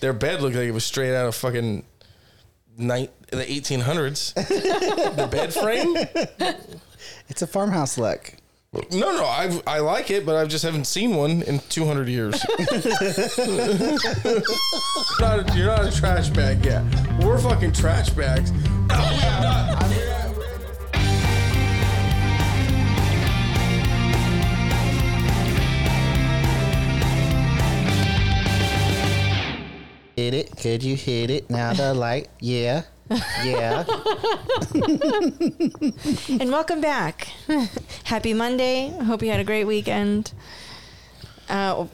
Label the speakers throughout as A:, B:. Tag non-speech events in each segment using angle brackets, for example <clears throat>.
A: Their bed looked like it was straight out of fucking night the eighteen <laughs> hundreds. the bed frame.
B: It's a farmhouse look.
A: No, no, I I like it, but I just haven't seen one in two hundred <laughs> years. you're, not a, you're not a trash bag yet. We're fucking trash bags. No, we are not.
B: Hit it. Could you hit it? Now <laughs> the light. Yeah. Yeah.
C: And welcome back. <laughs> Happy Monday. Hope you had a great weekend. Uh,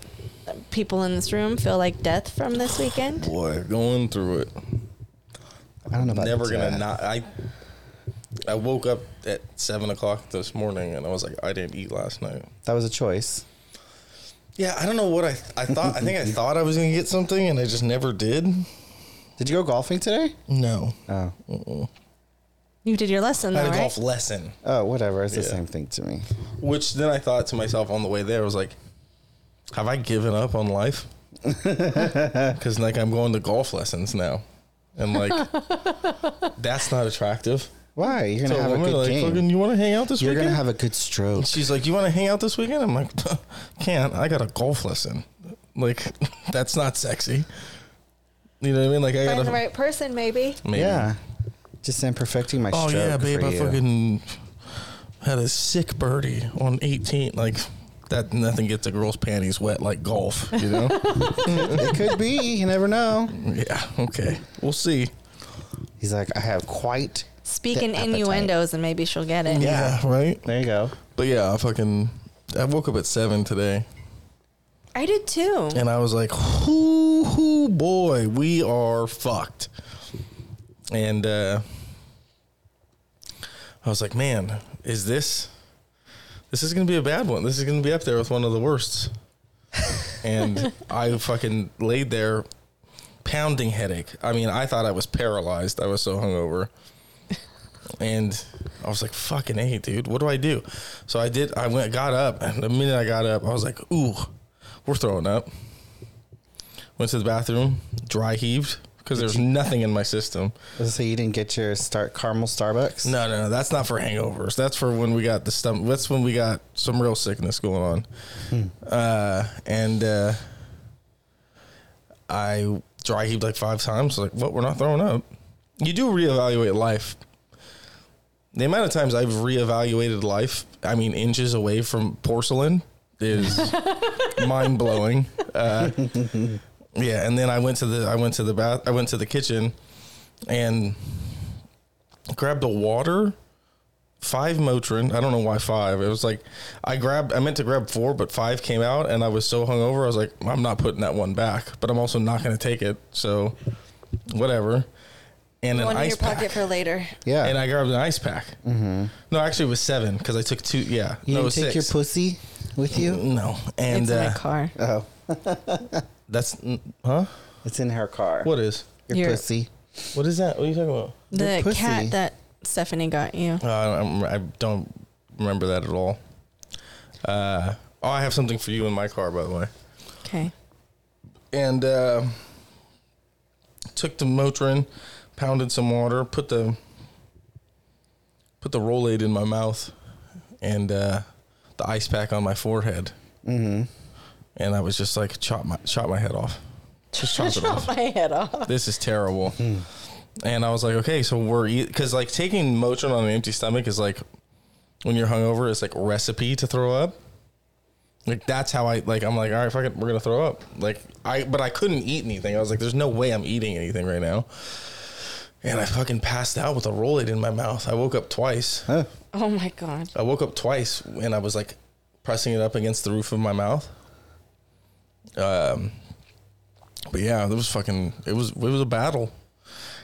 C: people in this room feel like death from this weekend.
A: Boy, going through it.
B: I don't know about
A: never gonna
B: that.
A: not. I I woke up at seven o'clock this morning and I was like, I didn't eat last night.
B: That was a choice.
A: Yeah, I don't know what I I thought. I think <laughs> I thought I was gonna get something and I just never did.
B: Did you go golfing today?
A: No,
B: Oh.
C: You did your lesson,
A: I
C: though,
A: had a
C: right?
A: golf lesson,
B: Oh, whatever. It's the
A: Yeah.
B: same thing to me.
A: which then I thought to myself on the way there I was like, Have I given up on
B: <laughs>
A: life? Because like I'm going to golf lessons now, and
C: <laughs>
A: like that's not attractive.
B: Why? You're gonna
A: So
B: have a
A: women are
B: good
A: like,
B: game.
A: "Fucking, you want to hang out this
B: You're
A: weekend?
B: gonna have a good stroke.
A: She's like, "You want to hang out this weekend?" I'm like, "Can't. I got a golf lesson. Like, <laughs> that's not sexy." You know what I mean? Like, I got
C: Find
A: to
C: the right person, maybe.
B: Yeah. Just I'm perfecting my
A: Oh
B: stroke.
A: yeah, babe.
B: for
A: I
B: you.
A: fucking had a sick birdie on 18. Like that. Nothing gets a girl's panties wet like golf. You
B: <laughs>
A: know?
B: <laughs> It could be. You never know.
A: yeah. Okay. We'll see.
B: He's like, I have quite.
C: Speak
B: The
C: in
B: appetite.
C: innuendos, and maybe she'll get it.
A: Yeah. Right.
B: <laughs> There you go.
A: But yeah, I fucking. I woke up at seven today,
C: I did too.
A: and I was like, "Hoo hoo, boy, we are fucked." And uh, I was like, "Man, is this? This is gonna be a bad one. This is gonna be up there with one of the worsts." and I fucking laid there, pounding headache. I mean, I thought I was paralyzed. I was so hungover. And I was like, "Fucking hey, dude, what do I do?" So I did. I went, got up, and the minute I got up, I was like, "Ooh, we're throwing up." Went to the bathroom, dry heaved because <laughs> there's nothing in my system.
B: So you didn't get your start caramel Starbucks?
A: No, no, no. That's not for hangovers. That's for when we got the stomach. That's when we got some real sickness going on. Uh, and uh, I dry heaved like five times. Like, what? We're not throwing up. You do reevaluate life. The amount of times I've reevaluated life, I mean, inches away from porcelain is mind blowing. Uh, yeah, and then I went to the I went to the bath I went to the kitchen, and grabbed a water, five Motrin. I don't know why five. It was like I grabbed. I meant to grab four, but five came out, and I was so hungover. I was like, I'm not putting that one back, but I'm also not going to take it. So, whatever. And an
C: One in
A: ice
C: your pocket
A: pack.
C: for later.
B: Yeah.
A: And I grabbed an ice pack. Mm-hmm. No, actually, it was seven because I took two. Yeah,
B: you
A: no, it
B: didn't
A: was
B: take
A: six.
B: your pussy with you?
A: no, and
C: it's in
A: uh,
C: my car.
B: Oh,
A: that's mm, huh?
B: it's in her car.
A: What is?
B: Your,
C: Your-
B: pussy.
A: What is that? What are you talking about?
C: The
B: pussy.
C: cat that Stephanie got you.
A: Uh, I, don't, I don't remember that at all. Uh, oh, I have something for you in my car, by the way. <laughs>
C: Okay.
A: And uh, took the Motrin, pounded some water, put the put the Rolade in my mouth, and uh, the ice pack on my forehead. Mm-hmm. And I was just like, chop my chop my head off. Just chop it off.
C: my head off.
A: This is terrible. And I was like, okay, so we're because like taking Motrin on an empty stomach is like when you're hungover, it's like recipe to throw up. Like that's how I like. I'm like, all right, fuck it, we're gonna throw up. Like I, but I couldn't eat anything. I was like, there's no way I'm eating anything right now. And I fucking passed out with a Rolade in my mouth. I woke up twice.
C: Oh my god.
A: I woke up twice and I was like pressing it up against the roof of my mouth. Um, but yeah, it was fucking. It was it was a battle.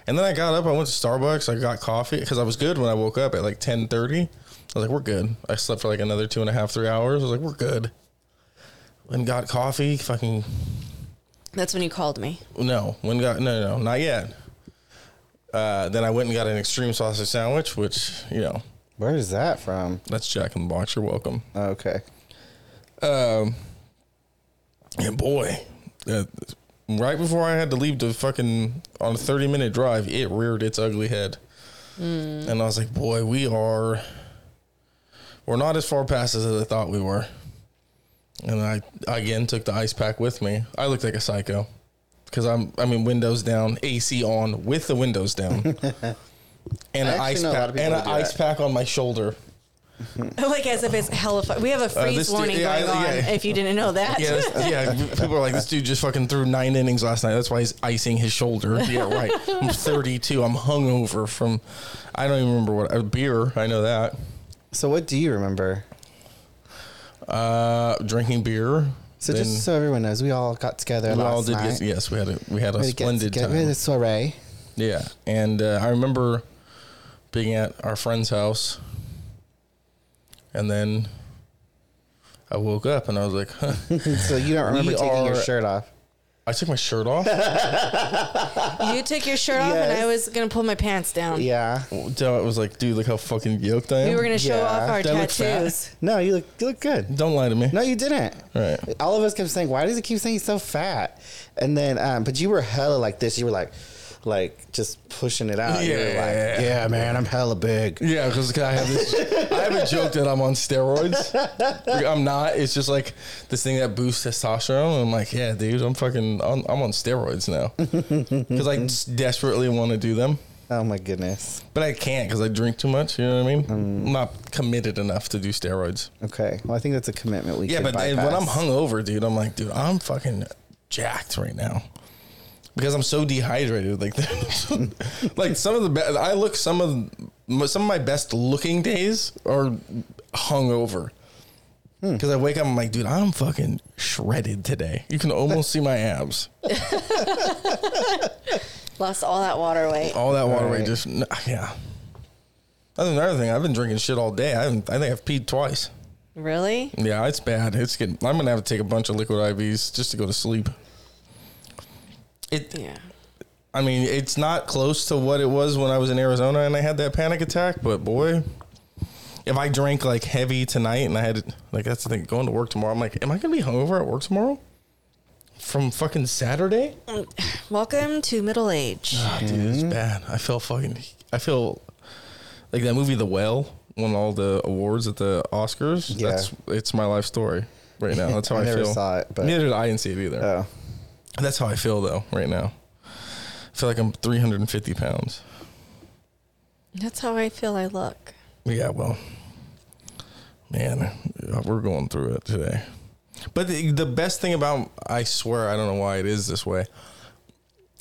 A: And then I got up. I went to Starbucks. I got coffee because I was good when I woke up at like ten thirty. I was like, we're good. I slept for like another two and a half, three hours. I was like, we're good. And got coffee. Fucking
C: That's when you called me. <laughs>
A: no, when got no, no, not yet. Uh, then I went and got an extreme sausage sandwich, which you know
B: Where is that from?
A: that's Jack in the Box. You're welcome.
B: Oh, okay.
A: Um, and boy, uh, right before I had to leave to fucking on a 30 minute drive, it reared its ugly head. And I was like, boy, we are, we're not as far past as I thought we were. And I again took the ice pack with me. I looked like a psycho because I'm, I mean, windows down, AC on with the windows down. And an
B: actually
A: ice
B: know a lot
A: pack,
B: of people
A: and
B: that
A: an
B: do
A: ice
B: that.
A: pack on my shoulder.
C: like as if it's hella. Fu- we have a freeze
A: Uh, this dude-
C: warning
A: yeah,
C: going
A: I-
C: on.
A: yeah.
C: If you didn't know
A: <laughs>
C: that,
A: Yeah, that's- yeah. People are like, this dude just fucking threw nine innings last night. That's why he's icing his shoulder.
C: <laughs>
A: Yeah, right. I'm 32. I'm hungover from, I don't even remember what a beer. I know that.
B: So what do you remember?
A: Uh, drinking beer.
B: So
A: Then
B: just so everyone knows, we all got together
A: we
B: last
A: all did.
B: night.
A: Yes, yes, we had a we had a
B: We get
A: splendid
B: together,
A: time.
B: The soiree.
A: Yeah, and uh, I remember being at our friend's house, and then I woke up and I was like,
B: <laughs>
A: huh.
B: so you don't remember
A: We
B: taking your
A: are-
B: shirt off.
A: I took my shirt
B: <laughs>
A: off.
C: you took your shirt off, and
B: Yes.
C: I was gonna pull my pants down.
B: Yeah.
A: Dell was like, dude, look how fucking yoked I am.
C: We were gonna show
B: Yeah.
C: off our
A: Do I look fat?
C: tattoos.
B: No, you look you look good.
A: don't lie to me.
B: No, you didn't.
A: All right.
B: All of us kept saying, "Why does he keep saying he's so fat?" And then, um, but you were hella like this. You were like, like just pushing it out. you were
A: Yeah.
B: like, yeah, man, I'm hella big.
A: Yeah, because I have this. I have a joke that I'm on steroids. Like, I'm not. It's just like this thing that boosts testosterone. I'm like, yeah, dude, I'm fucking. I'm, I'm on steroids now because I just desperately want to do them,
B: Oh my goodness.
A: but I can't because I drink too much. You know what I mean? I'm not committed enough to do steroids.
B: Okay. Well, I think that's a commitment we.
A: Yeah,
B: could
A: but then when
B: bypass.
A: I'm hungover, dude, I'm like, dude, I'm fucking jacked right now because I'm so dehydrated. Like, <laughs> like some of the be- I look some of some of my best looking days are hungover
B: Hmm.
A: because I wake up, I'm like, dude, I'm fucking shredded today. You can almost see my abs.
C: Lost all that water weight.
A: All that water weight
B: Right.
A: just n- yeah. That's another thing. I've been drinking shit all day. I haven't, I think I've peed twice.
C: Really?
A: Yeah, it's bad. It's getting. I'm gonna have to take a bunch of liquid IVs just to go to sleep. It.
C: Yeah.
A: I mean, it's not close to what it was when I was in Arizona and I had that panic attack. But boy, if I drank like heavy tonight and I had like that's the thing going to work tomorrow, I'm like, am I gonna be hungover at work tomorrow? From fucking Saturday,
C: Mm. Welcome to middle age.
A: Ah, dude, it's
B: Hmm?
A: bad. I feel fucking. I feel like that movie The Whale won all the awards at the Oscars.
B: Yeah.
A: That's it's my life story right now. That's how I,
B: <laughs> I never
A: feel.
B: saw it, but-
A: neither did I. I didn't see it either.
B: Oh.
A: That's how I feel though right now. I feel like I'm 350 pounds.
C: That's how I feel I look.
A: Yeah, well, man, we're going through it today. But the, the best thing about, I swear, I don't know why it is this way.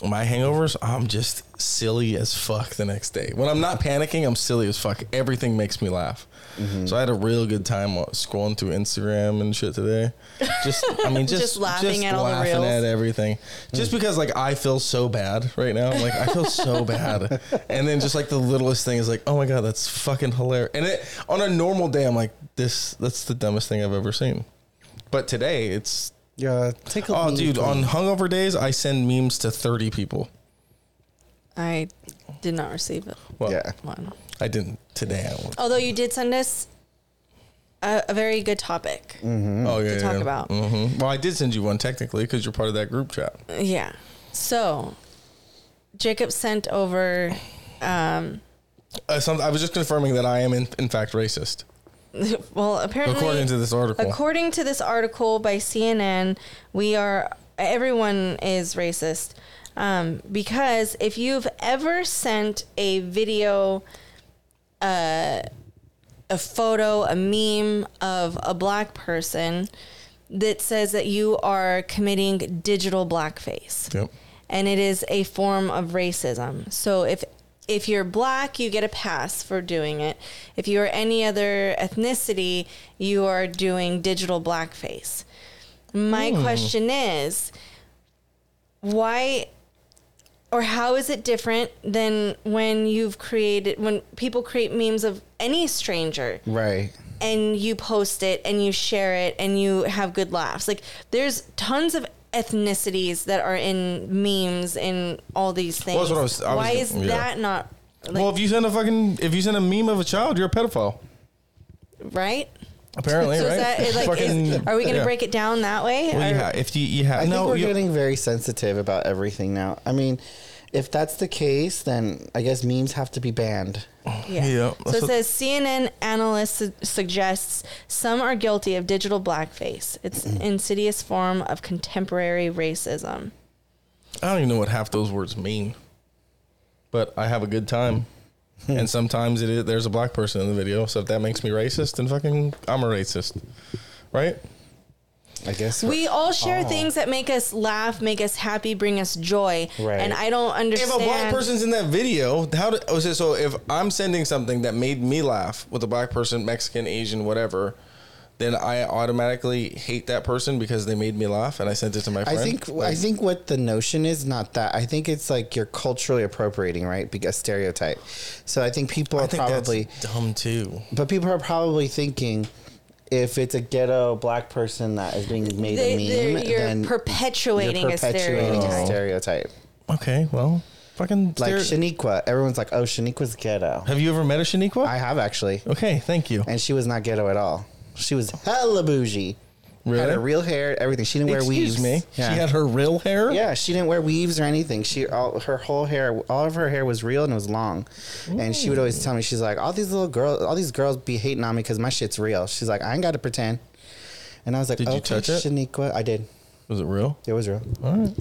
A: My hangovers, I'm just silly as fuck the next day. When I'm not panicking, I'm silly as fuck. Everything makes me laugh.
C: Mm-hmm.
A: So I had a real good time scrolling through Instagram and shit today. Just, I
C: <laughs>
A: mean, just,
C: Just laughing at all the
A: laughing
C: reels. Mm.
A: at everything. Just because like I feel so bad right now. Like I feel
C: <laughs>
A: so bad. And then just like the littlest thing is like, oh my god, that's fucking hilarious. And it on a normal day, I'm like, this that's the dumbest thing I've ever seen. But today it's
B: Yeah. Take a
A: oh
B: leak
A: dude, on
B: and-
A: hungover days, I send memes to thirty people.
C: I did not receive it.
A: Well
B: Yeah.
C: one.
A: I didn't today I won't.
C: Although you did send us a, a very good topic.
B: Mm.
A: Oh yeah.
C: To talk about.
A: hmm Well I did send you one technically because you're part of that group chat.
C: Yeah. So Jacob sent over. Um, <laughs>
A: Uh, some, I was just confirming that I am in, in fact racist.
C: well, apparently,
A: According to this article.
C: according to this article by CNN, we are everyone is racist um, because if you've ever sent a video, uh, a photo, a meme of a black person that says that you are committing digital blackface
A: yep.
C: and it is a form of racism. So if if you're black, you get a pass for doing it. If you are any other ethnicity, you are doing digital blackface. My question is why or how is it different than when you've created when people create memes of any stranger
B: Right.
C: and you post it and you share it and you have good laughs. Like there's tons of ethnicities that are in memes and all these things.
A: Well, that's what I was- I was
C: Why
A: gonna-
C: is
A: yeah.
C: that not like,
A: well, if you send a fucking if you send a meme of a child, you're a pedophile.
C: right?
A: Apparently,
C: so
A: right?
C: is that is like,
A: Fucking-
C: is, are we going to
A: yeah.
C: break it down that way?
A: Well, you
C: Or-
A: ha- if you, you have,
B: I think
A: no,
B: we're
A: you-
B: getting very sensitive about everything now. I mean, if that's the case, then I guess memes have to be banned.
C: Yeah.
A: Yeah,
C: so
A: that's
C: it
A: what-
C: says CNN analyst su- suggests some are guilty of digital blackface. It's insidious form of contemporary racism.
A: I don't even know what half those words mean, but I have a good time.
B: Hmm.
A: and sometimes it is, there's a black person in the video, so if that makes me racist, then fucking I'm a racist, right?
B: I guess
C: We all
A: oh.
C: share things that make us laugh, make us happy, bring us joy.
B: Right.
C: And I don't
A: If
C: understand.
A: a black person's in that video, how do, oh, so- so if I'm sending something that made me laugh with a black person, Mexican, Asian, whatever, then I automatically hate that person because they made me laugh and I sent it to my
B: I
A: friend.
B: think
A: Like,
B: I think what the notion is not that. I think it's like you're culturally appropriating, right? Because stereotype. So I think people are
A: I think
B: probably
A: that's dumb too.
B: But people are probably thinking if it's a ghetto black person that is being made
C: They-
B: a
C: they're-
B: meme,
C: you're
B: then
C: perpetuating a stereotype.
B: stereotype.
A: Okay, well, fucking
B: Like
A: stare-
B: Shaniqua, everyone's like, "Oh, Shaniqua's ghetto."
A: Have you ever met a Shaniqua?
B: I have actually,
A: okay, thank you.
B: and she was not ghetto at all. She was hella bougie. Had
A: Really?
B: her real hair, everything. She didn't wear
A: Excuse
B: weaves.
A: me.
B: Yeah.
A: She had her real hair.
B: Yeah, she didn't wear weaves or anything. She all her whole hair, all of her hair was real and it was long. And she would always tell me, she's like, all these little girls, all these girls be hating on me because my shit's real. She's like, I ain't got to pretend. And I was like,
A: Did you
B: okay,
A: touch it?
B: Shaniqua, I did.
A: Was it real?
B: It was real.
A: All right.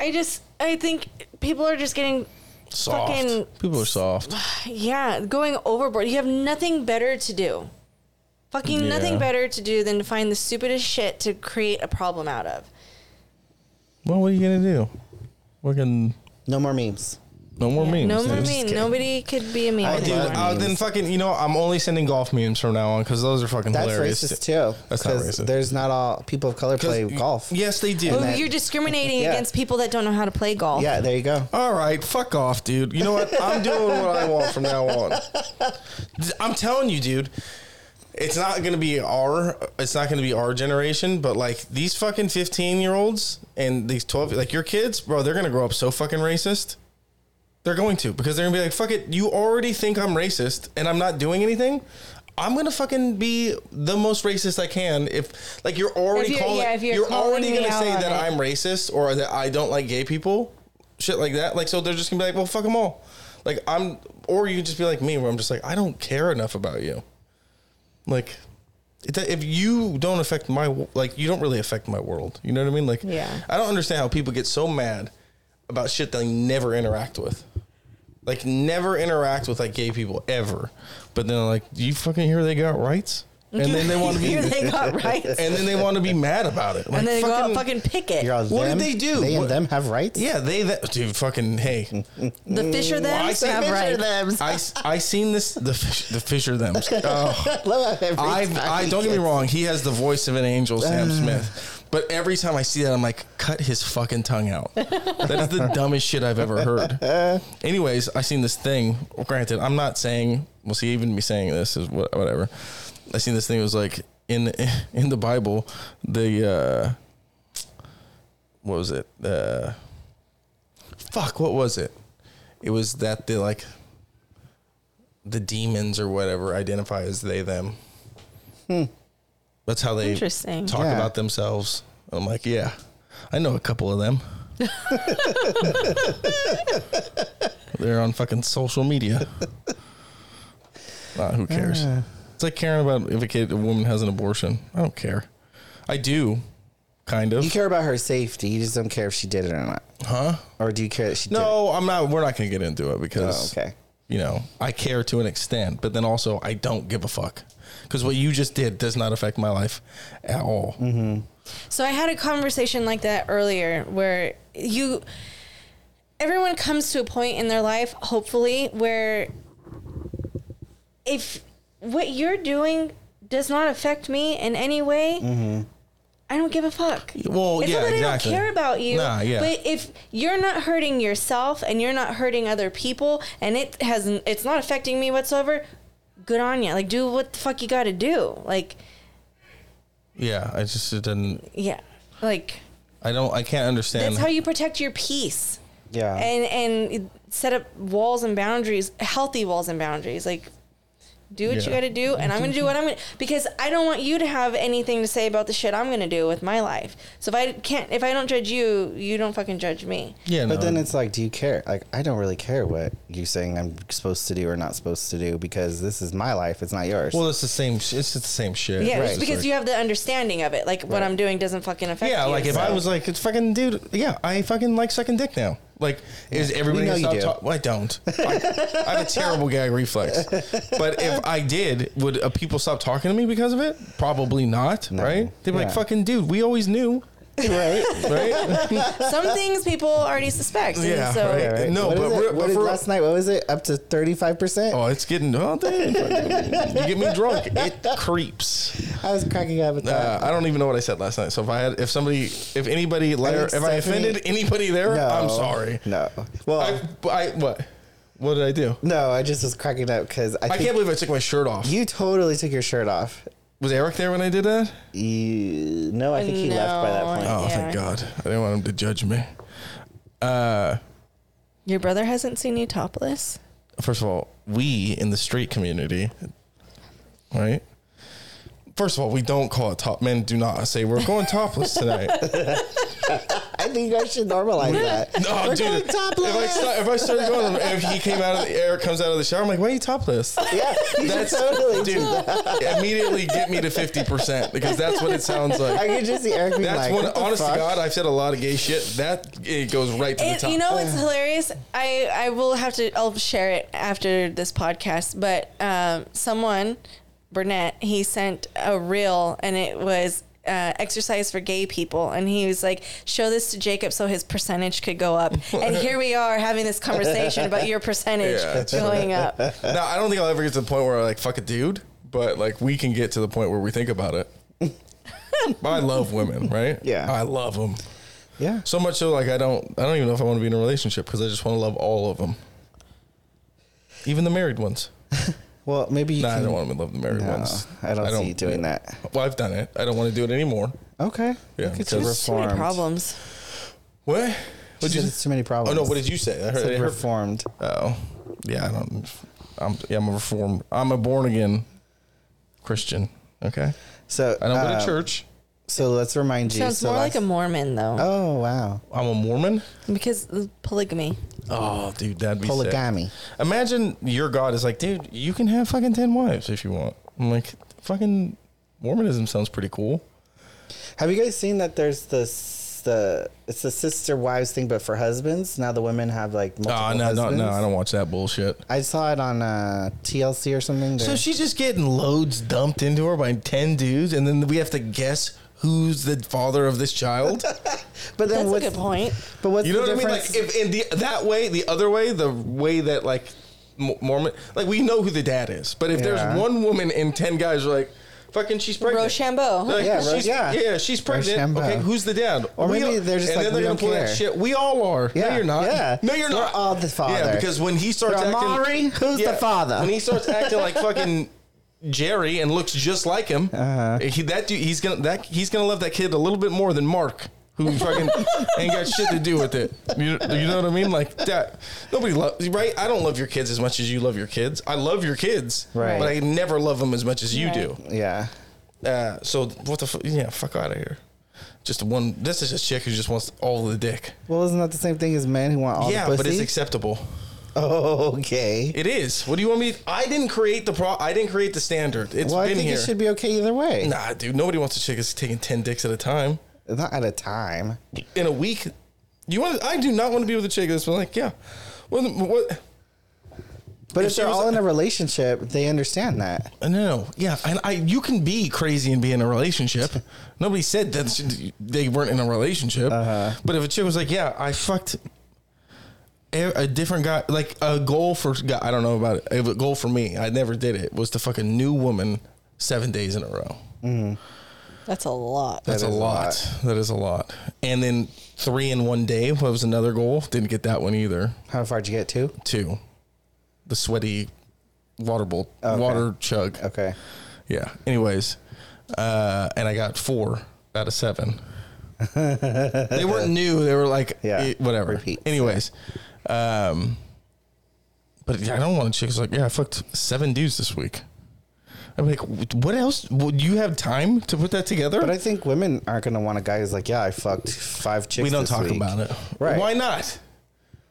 C: I just, I think people are just getting
A: Soft.
C: Fucking-
A: People are soft.
C: Yeah, going overboard. You have nothing better to do. Fucking
A: Yeah.
C: nothing better to do than to find the stupidest shit to create a problem out of.
A: Well, what are you gonna do? We're gonna
B: No more memes.
A: no more memes.
C: no
A: dude.
C: more
A: Just
C: memes.
A: kidding.
C: Nobody could be a meme.
B: I
A: Dude,
C: anymore.
B: love
A: uh,
B: memes.
A: then fucking, you know, I'm only sending golf memes from now on because those are fucking
B: That's
A: hilarious.
B: racist too.
A: That's not
B: 'cause
A: racist.
B: There's not all people of color
A: 'Cause
B: play
A: y-
B: golf.
A: Yes, they do.
C: Oh, you're discriminating
B: Yeah.
C: against people that don't know how to play golf.
B: Yeah, there you go.
A: All right, fuck off, dude. You know what? I'm doing what I want from now on. <laughs> I'm telling you, dude. It's not going to be our it's not going to be our generation, but like these fucking 15-year-olds and these 12 like your kids, bro, they're going to grow up so fucking racist. They're going to because they're going to be like, "Fuck it, you already think I'm racist and I'm not doing anything." I'm gonna fucking be the most racist I can if, like, you're already
C: you're-
A: calling.
C: yeah, if you're
A: you're
C: calling
A: already
C: me
A: gonna
C: out
A: say
C: on
A: that
C: it.
A: I'm I'm racist or that I don't like gay people, shit like that. Like, so they're just gonna be like, well, fuck them all. Like, I'm, or you can just be like me, where I'm just like, I don't care enough about you. Like, it, if you don't affect my, wo- like, you don't really affect my world. You know what I mean? Like,
C: Yeah.
A: I don't understand how people get so mad about shit they never interact with. Like, never interact with like gay people ever. But then, like, do you fucking hear they got rights? And then they
C: <laughs>
A: want to be,
C: Here they got
A: <laughs>
C: rights.
A: and then they want to be mad about it. Like,
C: and then they go out and fucking picket.
B: You're all,
A: What did
B: them,
A: they do?
B: They
A: What-
B: and them have rights.
A: <laughs> Yeah, they that dude fucking
C: <laughs>
A: hey.
C: the Fisher
A: I
C: Thems
A: see-
C: have rights.
A: I I seen this the fish, the Fisher
C: <laughs>
A: them. Oh,
B: <laughs> Love how every
A: I
B: time
A: I
B: he
A: don't get me
B: gets-
A: wrong. He has the voice of an angel, Sam Smith. But every time I see that, I'm like, cut his fucking tongue
B: <laughs>
A: out. That is the dumbest shit I've ever heard. Anyways, I seen this thing. Granted, I'm not saying. Well, see, even me saying this is what, whatever. I seen this thing. It was like in <laughs> in the Bible, the uh, what was it? Uh, fuck, what was it? It was that the like the demons or whatever identify as they them. That's how they
C: Interesting.
A: talk
B: Hmm. Yeah.
A: about themselves. I'm like, yeah, I know a couple of
B: <laughs>
A: them. They're on fucking social media. Ah, who cares? It's like caring about if a kid, a woman has an abortion. I don't care. I do, kind of.
B: You care about her safety. You just don't care if she did it or not.
A: Huh?
B: Or do you care that she did it?
A: No, I'm not. We're not going to get into it because,
B: Oh, okay.
A: you know, I care to an extent, but then also I don't give a fuck because what you just did does not affect my life at all.
B: Mm-hmm.
C: So I had a conversation like that earlier where you everyone comes to a point in their life hopefully where if what you're doing does not affect me in any way, I don't give a fuck.
A: Mm-hmm. Well,
C: It's
A: yeah,
C: not that
A: exactly.
C: I don't care about you.
A: Nah, yeah.
C: But if you're not hurting yourself and you're not hurting other people and it has it's not affecting me whatsoever, good on you. Like do what the fuck you got to do. Like
A: Yeah, I just it didn't.
C: yeah. Like
A: I don't. I can't understand.
C: that's how you protect your peace
B: Yeah.
A: Uh.
C: and and set up walls and boundaries, healthy walls and boundaries. Like Do what you
A: Yeah.
C: got to do, and I'm going to do what I'm going to because I don't want you to have anything to say about the shit I'm going to do with my life. So if I can't, if I don't judge you, you don't fucking judge me.
A: Yeah,
B: But then it's like, do you care? Like, I don't really care what you're saying I'm supposed to do or not supposed to do because this is my life. It's not yours.
A: well, it's the same. sh- It's the same shit.
C: Yeah,
A: It's
C: just
A: just
C: because
A: like-
C: you have the understanding of it. Like what
B: Right.
C: I'm doing doesn't fucking affect
A: Yeah,
C: you.
A: like if I
C: so-
A: was like, it's fucking dude. Yeah, I fucking like sucking dick now. Like, is everybody
B: We know
A: gonna stop
B: you do.
A: talk- well, I
B: <laughs>
A: don't. I, I have a terrible gag reflex. But if I did, would uh, people stop talking to me because of it? Probably not. Right? They'd be like,
B: Yeah.
A: fucking dude, we always knew.
B: right?
A: Right?
C: some things people already suspect.
A: <laughs>
C: and
A: Yeah,
C: so
A: right. No,
B: What is
A: but
B: it?
A: we're-
B: What
A: but
B: did
A: for-
B: last night? What was it? Up to thirty five percent.
A: oh, it's getting oh, damn. You get me drunk. It creeps.
B: I was cracking up at that.
A: Uh, I don't even know what I said last night. So if I had, if somebody, if anybody, if I
B: Stephanie-
A: offended anybody there,
B: no,
A: I'm sorry.
B: No. Well,
A: I, I what? What did I do?
B: no. I just was cracking up because I,
A: I
B: think
A: can't believe I took my shirt off.
B: you totally took your shirt off.
A: Was Eric there when I did that?
B: You, no, I think he left by that
C: No.
B: point.
A: Oh,
C: Yeah.
A: thank God. I didn't want him to judge me.
C: Your brother hasn't seen you topless.
A: First of all, we in the straight community, right? First of all, we don't call it top. Men do not say we're going topless
B: <laughs>
A: tonight.
B: I think I should normalize that.
A: No,
B: We're
A: dude.
B: going topless.
A: If I, start, if I started going, if he came out of the air, comes out of the shower, I'm like, why are you topless?
B: yeah, you should
A: That's
B: totally. <laughs>
A: dude. Immediately get me to fifty percent because that's what it sounds like.
B: I could just see Eric being
A: That's
B: like,
A: when,
B: what the
A: honest
B: fuck?
A: to God, I've said a lot of gay shit. That it goes right to the
C: It,
A: top.
C: you know, it's hilarious. I, I will have to, I'll share it after this podcast, but um, someone, Burnett, he sent a reel and it was uh, exercise for gay people. And he was like, show this to Jacob so his percentage could go up. and here we are having this conversation about your percentage
A: Yeah, it's
C: going
A: <laughs>
C: up.
A: now, I don't think I'll ever get to the point where I like fuck a dude, but like we can get to the point where we think about
B: <laughs>
A: it. I love women, right?
B: Yeah.
A: I love them
B: Yeah.
A: so much so like I don't I don't even know if I want to be in a relationship because I just want to love all of them, even the married ones.
B: Well, maybe you
A: Nah, I
B: can.
A: don't want to love the married
B: No,
A: ones.
B: I don't see you doing that.
A: Well, I've done it. I don't want to do it anymore.
B: Okay.
A: Yeah,
B: Look at
A: because
B: you.
A: we're
C: So many
B: Reformed.
C: problems.
A: What?
B: She
A: What'd you?
B: said
A: Say?
B: it's too many
A: Oh
B: problems.
A: no! What did you say? I heard. I
B: Said
A: heard
B: reformed.
A: oh, yeah. I don't. I'm. Yeah, I'm a reformed. I'm a born again Christian. Okay.
B: So
A: I don't go
B: um,
A: to church.
B: So let's remind you.
C: Sounds
B: so
C: more like
B: last-
C: a Mormon though,
B: Oh wow,
A: I'm a Mormon.
C: because of polygamy.
A: Oh, dude, that'd be sick.
B: polygamy.
A: Imagine your God is like, dude, you can have fucking ten wives if you want. I'm like, fucking Mormonism sounds pretty cool.
B: Have you guys seen that? There's this the it's the sister wives thing, but for husbands. Now the women have like multiple
A: Oh, no, no,
B: husbands.
A: no, I don't watch that bullshit.
B: I saw it on uh, TLC or something.
A: So
B: There-
A: she's just getting loads dumped into her by ten dudes, and then we have to guess who's the father of this <laughs> child.
B: but then
C: That's a
B: what's
C: good point.
B: But what's
A: You know
B: the
A: what I mean?
B: difference?
A: Like, if in the that way, the other way, the way that like Mo- Mormon, like we know who the dad is, but if
B: Yeah.
A: there's one woman and ten guys are like, fucking, she's pregnant.
C: Rochambeau, huh?
A: Like,
B: Yeah, Ro-
A: she's,
B: yeah.
A: yeah, she's pregnant.
B: Rochambeau.
A: Okay, who's the dad?
B: Or
A: We
B: maybe
A: all-
B: they're just
A: and
B: like,
A: then they're
B: we
A: gonna
B: don't
A: pull that
B: care.
A: shit. We all are.
B: Yeah,
A: No, you're not.
B: yeah.
A: No, you're
B: We're
A: not.
B: all the father.
A: Yeah, because when he starts
B: From
A: acting,
B: Maury, who's the father?
A: When he starts acting
B: <laughs>
A: like fucking. Jerry and looks just like him.
B: Uh-huh.
A: He, that dude, he's gonna that he's gonna love that kid a little bit more than Mark, who
B: <laughs>
A: fucking ain't got shit to do with it. You, you know what I mean? Like that. Nobody loves right. I don't love your kids as much as you love your kids. I love your kids,
B: Right.
A: But I never love them as much as you
C: Right.
A: do.
B: yeah,
A: Uh, so what the fuck? Yeah, fuck out of here. Just one. This is a chick who just wants all the dick.
B: well, isn't that the same thing as men who want all
A: yeah,
B: the pussy?
A: but it's acceptable.
B: oh, okay.
A: It is. What do you want me? I didn't create the pro. I didn't create the standard. It's
B: well, I
A: been
B: think
A: here.
B: it should be okay either way.
A: nah, dude. Nobody wants a chick that's taking ten dicks at a time
B: Not at a time.
A: in a week. You want? I do not want to be with a chick that's been like, yeah. What? what
B: But
A: If
B: if, they're
A: there was
B: all
A: a-
B: in a relationship, they understand that.
A: no, no, yeah, and I you can be crazy and be in a relationship. Nobody said that sh- they weren't in a relationship.
B: Uh-huh.
A: But if a chick was like, "Yeah, I fucked a, a different guy," like a goal for guy, I don't know about it. A goal for me, I never did it. Was to fuck a new woman seven days in a row.
C: That's a lot.
A: That's
B: That
A: a
B: is a
A: lot. That is a lot. And then three in one day what was another goal. Didn't get that one either.
B: How far would you get to?
A: Two, the sweaty water bowl,
B: Okay.
A: water chug.
B: Okay.
A: Yeah. Anyways, uh, and I got four out of seven. they weren't new. They were like,
B: <laughs> Yeah,
A: eh, whatever.
B: repeats,
A: Anyways, um, but yeah, I don't want a chick who's like, yeah, I fucked seven dudes this week. I'm like, what else? Would you have time to put that together?
B: But I think women aren't gonna want a guy who's like, yeah, I fucked five chicks.
A: we don't
B: this
A: talk
B: week."
A: about it.
B: Right.
A: Why not?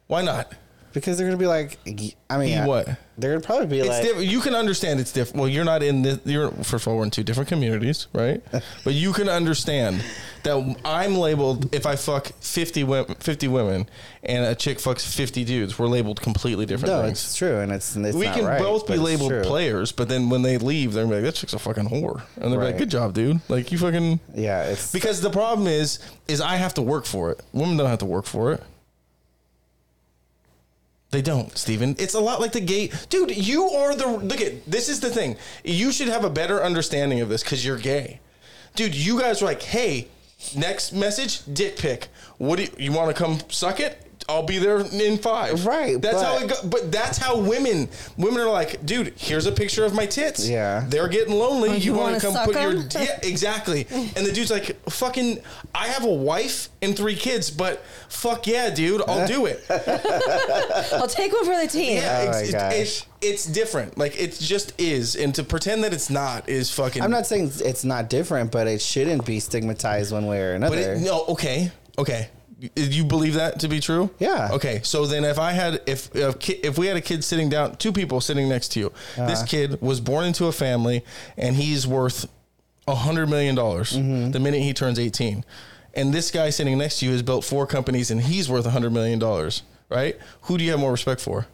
A: Why not?
B: because they're gonna be like, I mean,
A: Be what?
B: They're gonna probably be
A: It's
B: like,
A: different. You can understand it's different. Well, you're not in the. You're first of all, we're in two different communities,
B: <laughs>
A: right? but you can understand that I'm labeled if I fuck 50 women, 50 women, and a chick fucks 50 dudes. We're labeled completely different
B: no,
A: things.
B: it's true, and it's, it's
A: we
B: not
A: can
B: right,
A: both be
B: but it's
A: labeled
B: true.
A: players, but then when they leave, they're gonna be like, "That chick's a fucking whore," and they're like,
B: Right.
A: "Good job, dude." Like you fucking
B: Yeah, it's
A: because the problem is, is I have to work for it. Women don't have to work for it. They don't, Steven. It's a lot like the gay dude. You are the look at this is the thing. You should have a better understanding of this because you're gay, dude. You guys are like, hey, next message, dick pic. What do you, you want to come suck it? I'll be there in five.
B: Right,
A: That's how
B: but-
A: it go. But that's how women women are like, dude. Here's a picture of my tits.
B: Yeah.
A: they're getting lonely.
C: Like,
A: you
C: you
A: want
C: wanna
A: to come
C: suck
A: put your
C: 'em?
A: yeah, exactly. And the dude's like, fucking, I have a wife and three kids, but fuck yeah, dude, I'll do
B: <laughs>
A: it.
C: I'll take one for the team.
A: Yeah,
B: Oh my
A: it's,
B: gosh.
A: it's, it's different. Like, it just is. And to pretend that it's not is fucking.
B: I'm not saying it's- it's not different, but it shouldn't be stigmatized one way or
A: But
B: another.
A: it, no, okay, okay. You- You believe that to be true?
B: Yeah.
A: Okay. So then, if I had, if if, ki- if we had a kid sitting down, two people sitting next to you,
B: Uh-huh.
A: this kid was born into a family, and he's worth a hundred million dollars
B: Mm-hmm.
A: the minute he turns eighteen, and this guy sitting next to you has built four companies, and he's worth a hundred million dollars, right? Who do you have more respect for?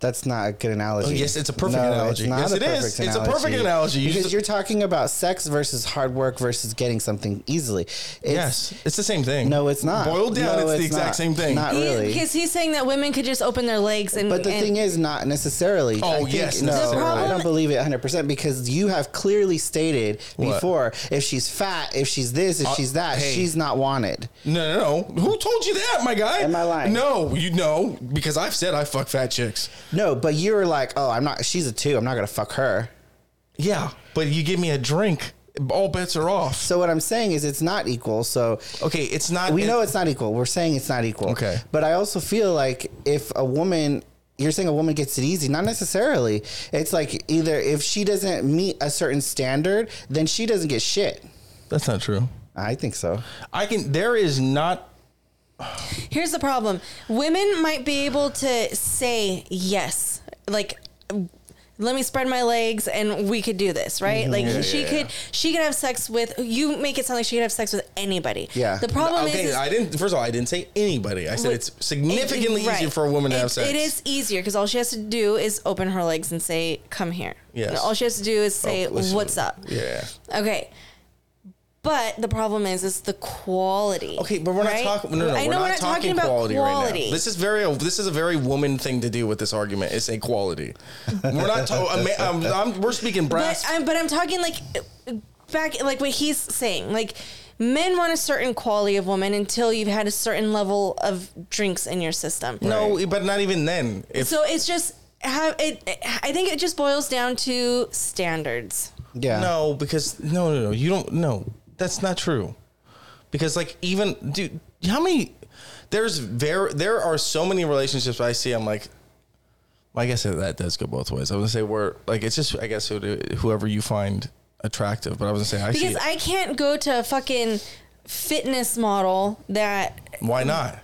B: That's not a good analogy.
A: Oh, yes, it's a perfect analogy.
B: It's not
A: Yes,
B: a
A: it is.
B: perfect
A: It's a
B: Analogy
A: perfect analogy. You
B: because
A: just-
B: you're talking about sex versus hard work versus getting something easily. It's,
A: yes, it's the same thing.
B: No, it's not.
A: Boiled down,
B: No,
A: it's, the
B: it's
A: exact
B: not.
A: same thing.
B: Not really.
C: Because he's saying that women could just open their legs and.
B: But the
C: and-
B: thing is, not necessarily.
A: Oh, yes,
B: no,
A: necessarily.
C: The
B: I don't
C: problem-
B: believe it 100 percent because you have clearly stated
A: What? Uh,
B: before if she's fat, if she's this, if she's that,
A: hey.
B: she's not wanted.
A: No, no, no. Who told you that, my guy?
B: Am I lying?
A: No, you know, because I've said I fuck fat chicks.
B: No, but you were like, oh, I'm not. She's a two. I'm not gonna fuck her.
A: Yeah, but you give me a drink, all bets are off.
B: So what I'm saying is, it's not equal. So
A: Okay, it's not.
B: we know it's not equal. We're saying it's not equal.
A: Okay.
B: But I also feel like if a woman, you're saying a woman gets it easy, not necessarily. It's like either if she doesn't meet a certain standard, then she doesn't get shit.
A: That's not true.
B: I think so.
A: I can. There is not.
C: Here's the problem. Women might be able to say yes. Like let me spread my legs and we could do this, right?
B: Mm-hmm.
C: Like
A: Yeah,
C: she
A: yeah,
C: could
A: yeah.
C: she could have sex with you make it sound like she could have sex with anybody.
B: Yeah.
C: The problem
A: okay,
C: is, is
A: I didn't. First of all, I didn't say anybody. I said
C: Wait,
A: it's significantly
C: Right.
A: easier for a woman to have
C: It's-
A: sex.
C: It is easier because all she has to do is open her legs and say, "Come here."
A: Yes.
C: And All she has to do is say,
A: Oh, listen.
C: "What's up?"
A: Yeah.
C: Okay. But the problem is, is the quality.
A: Okay, but we're
C: right?
A: not talking. No, no,
C: I
A: we're
C: know
A: not, talking, quality, right now. This is very. This is a very woman thing to do with this argument. Is say quality. we're not. To, I'm, I'm, I'm, we're speaking brass.
C: But I'm but I'm talking like back like what he's saying like men want a certain quality of woman until you've had a certain level of drinks in your system.
A: no, but not even then. If
C: So it's just have it. I think it just boils down to standards.
B: Yeah.
A: No, because no, no, no. You don't. No, that's not true. Because like even dude, how many? There's very there are so many relationships I see. I'm like, well, I guess that- that does go both ways. I was gonna say where like it's just I guess who, whoever you find attractive, but I was gonna say I
C: Because
A: see.
C: I can't go to a fucking fitness model that
A: why not?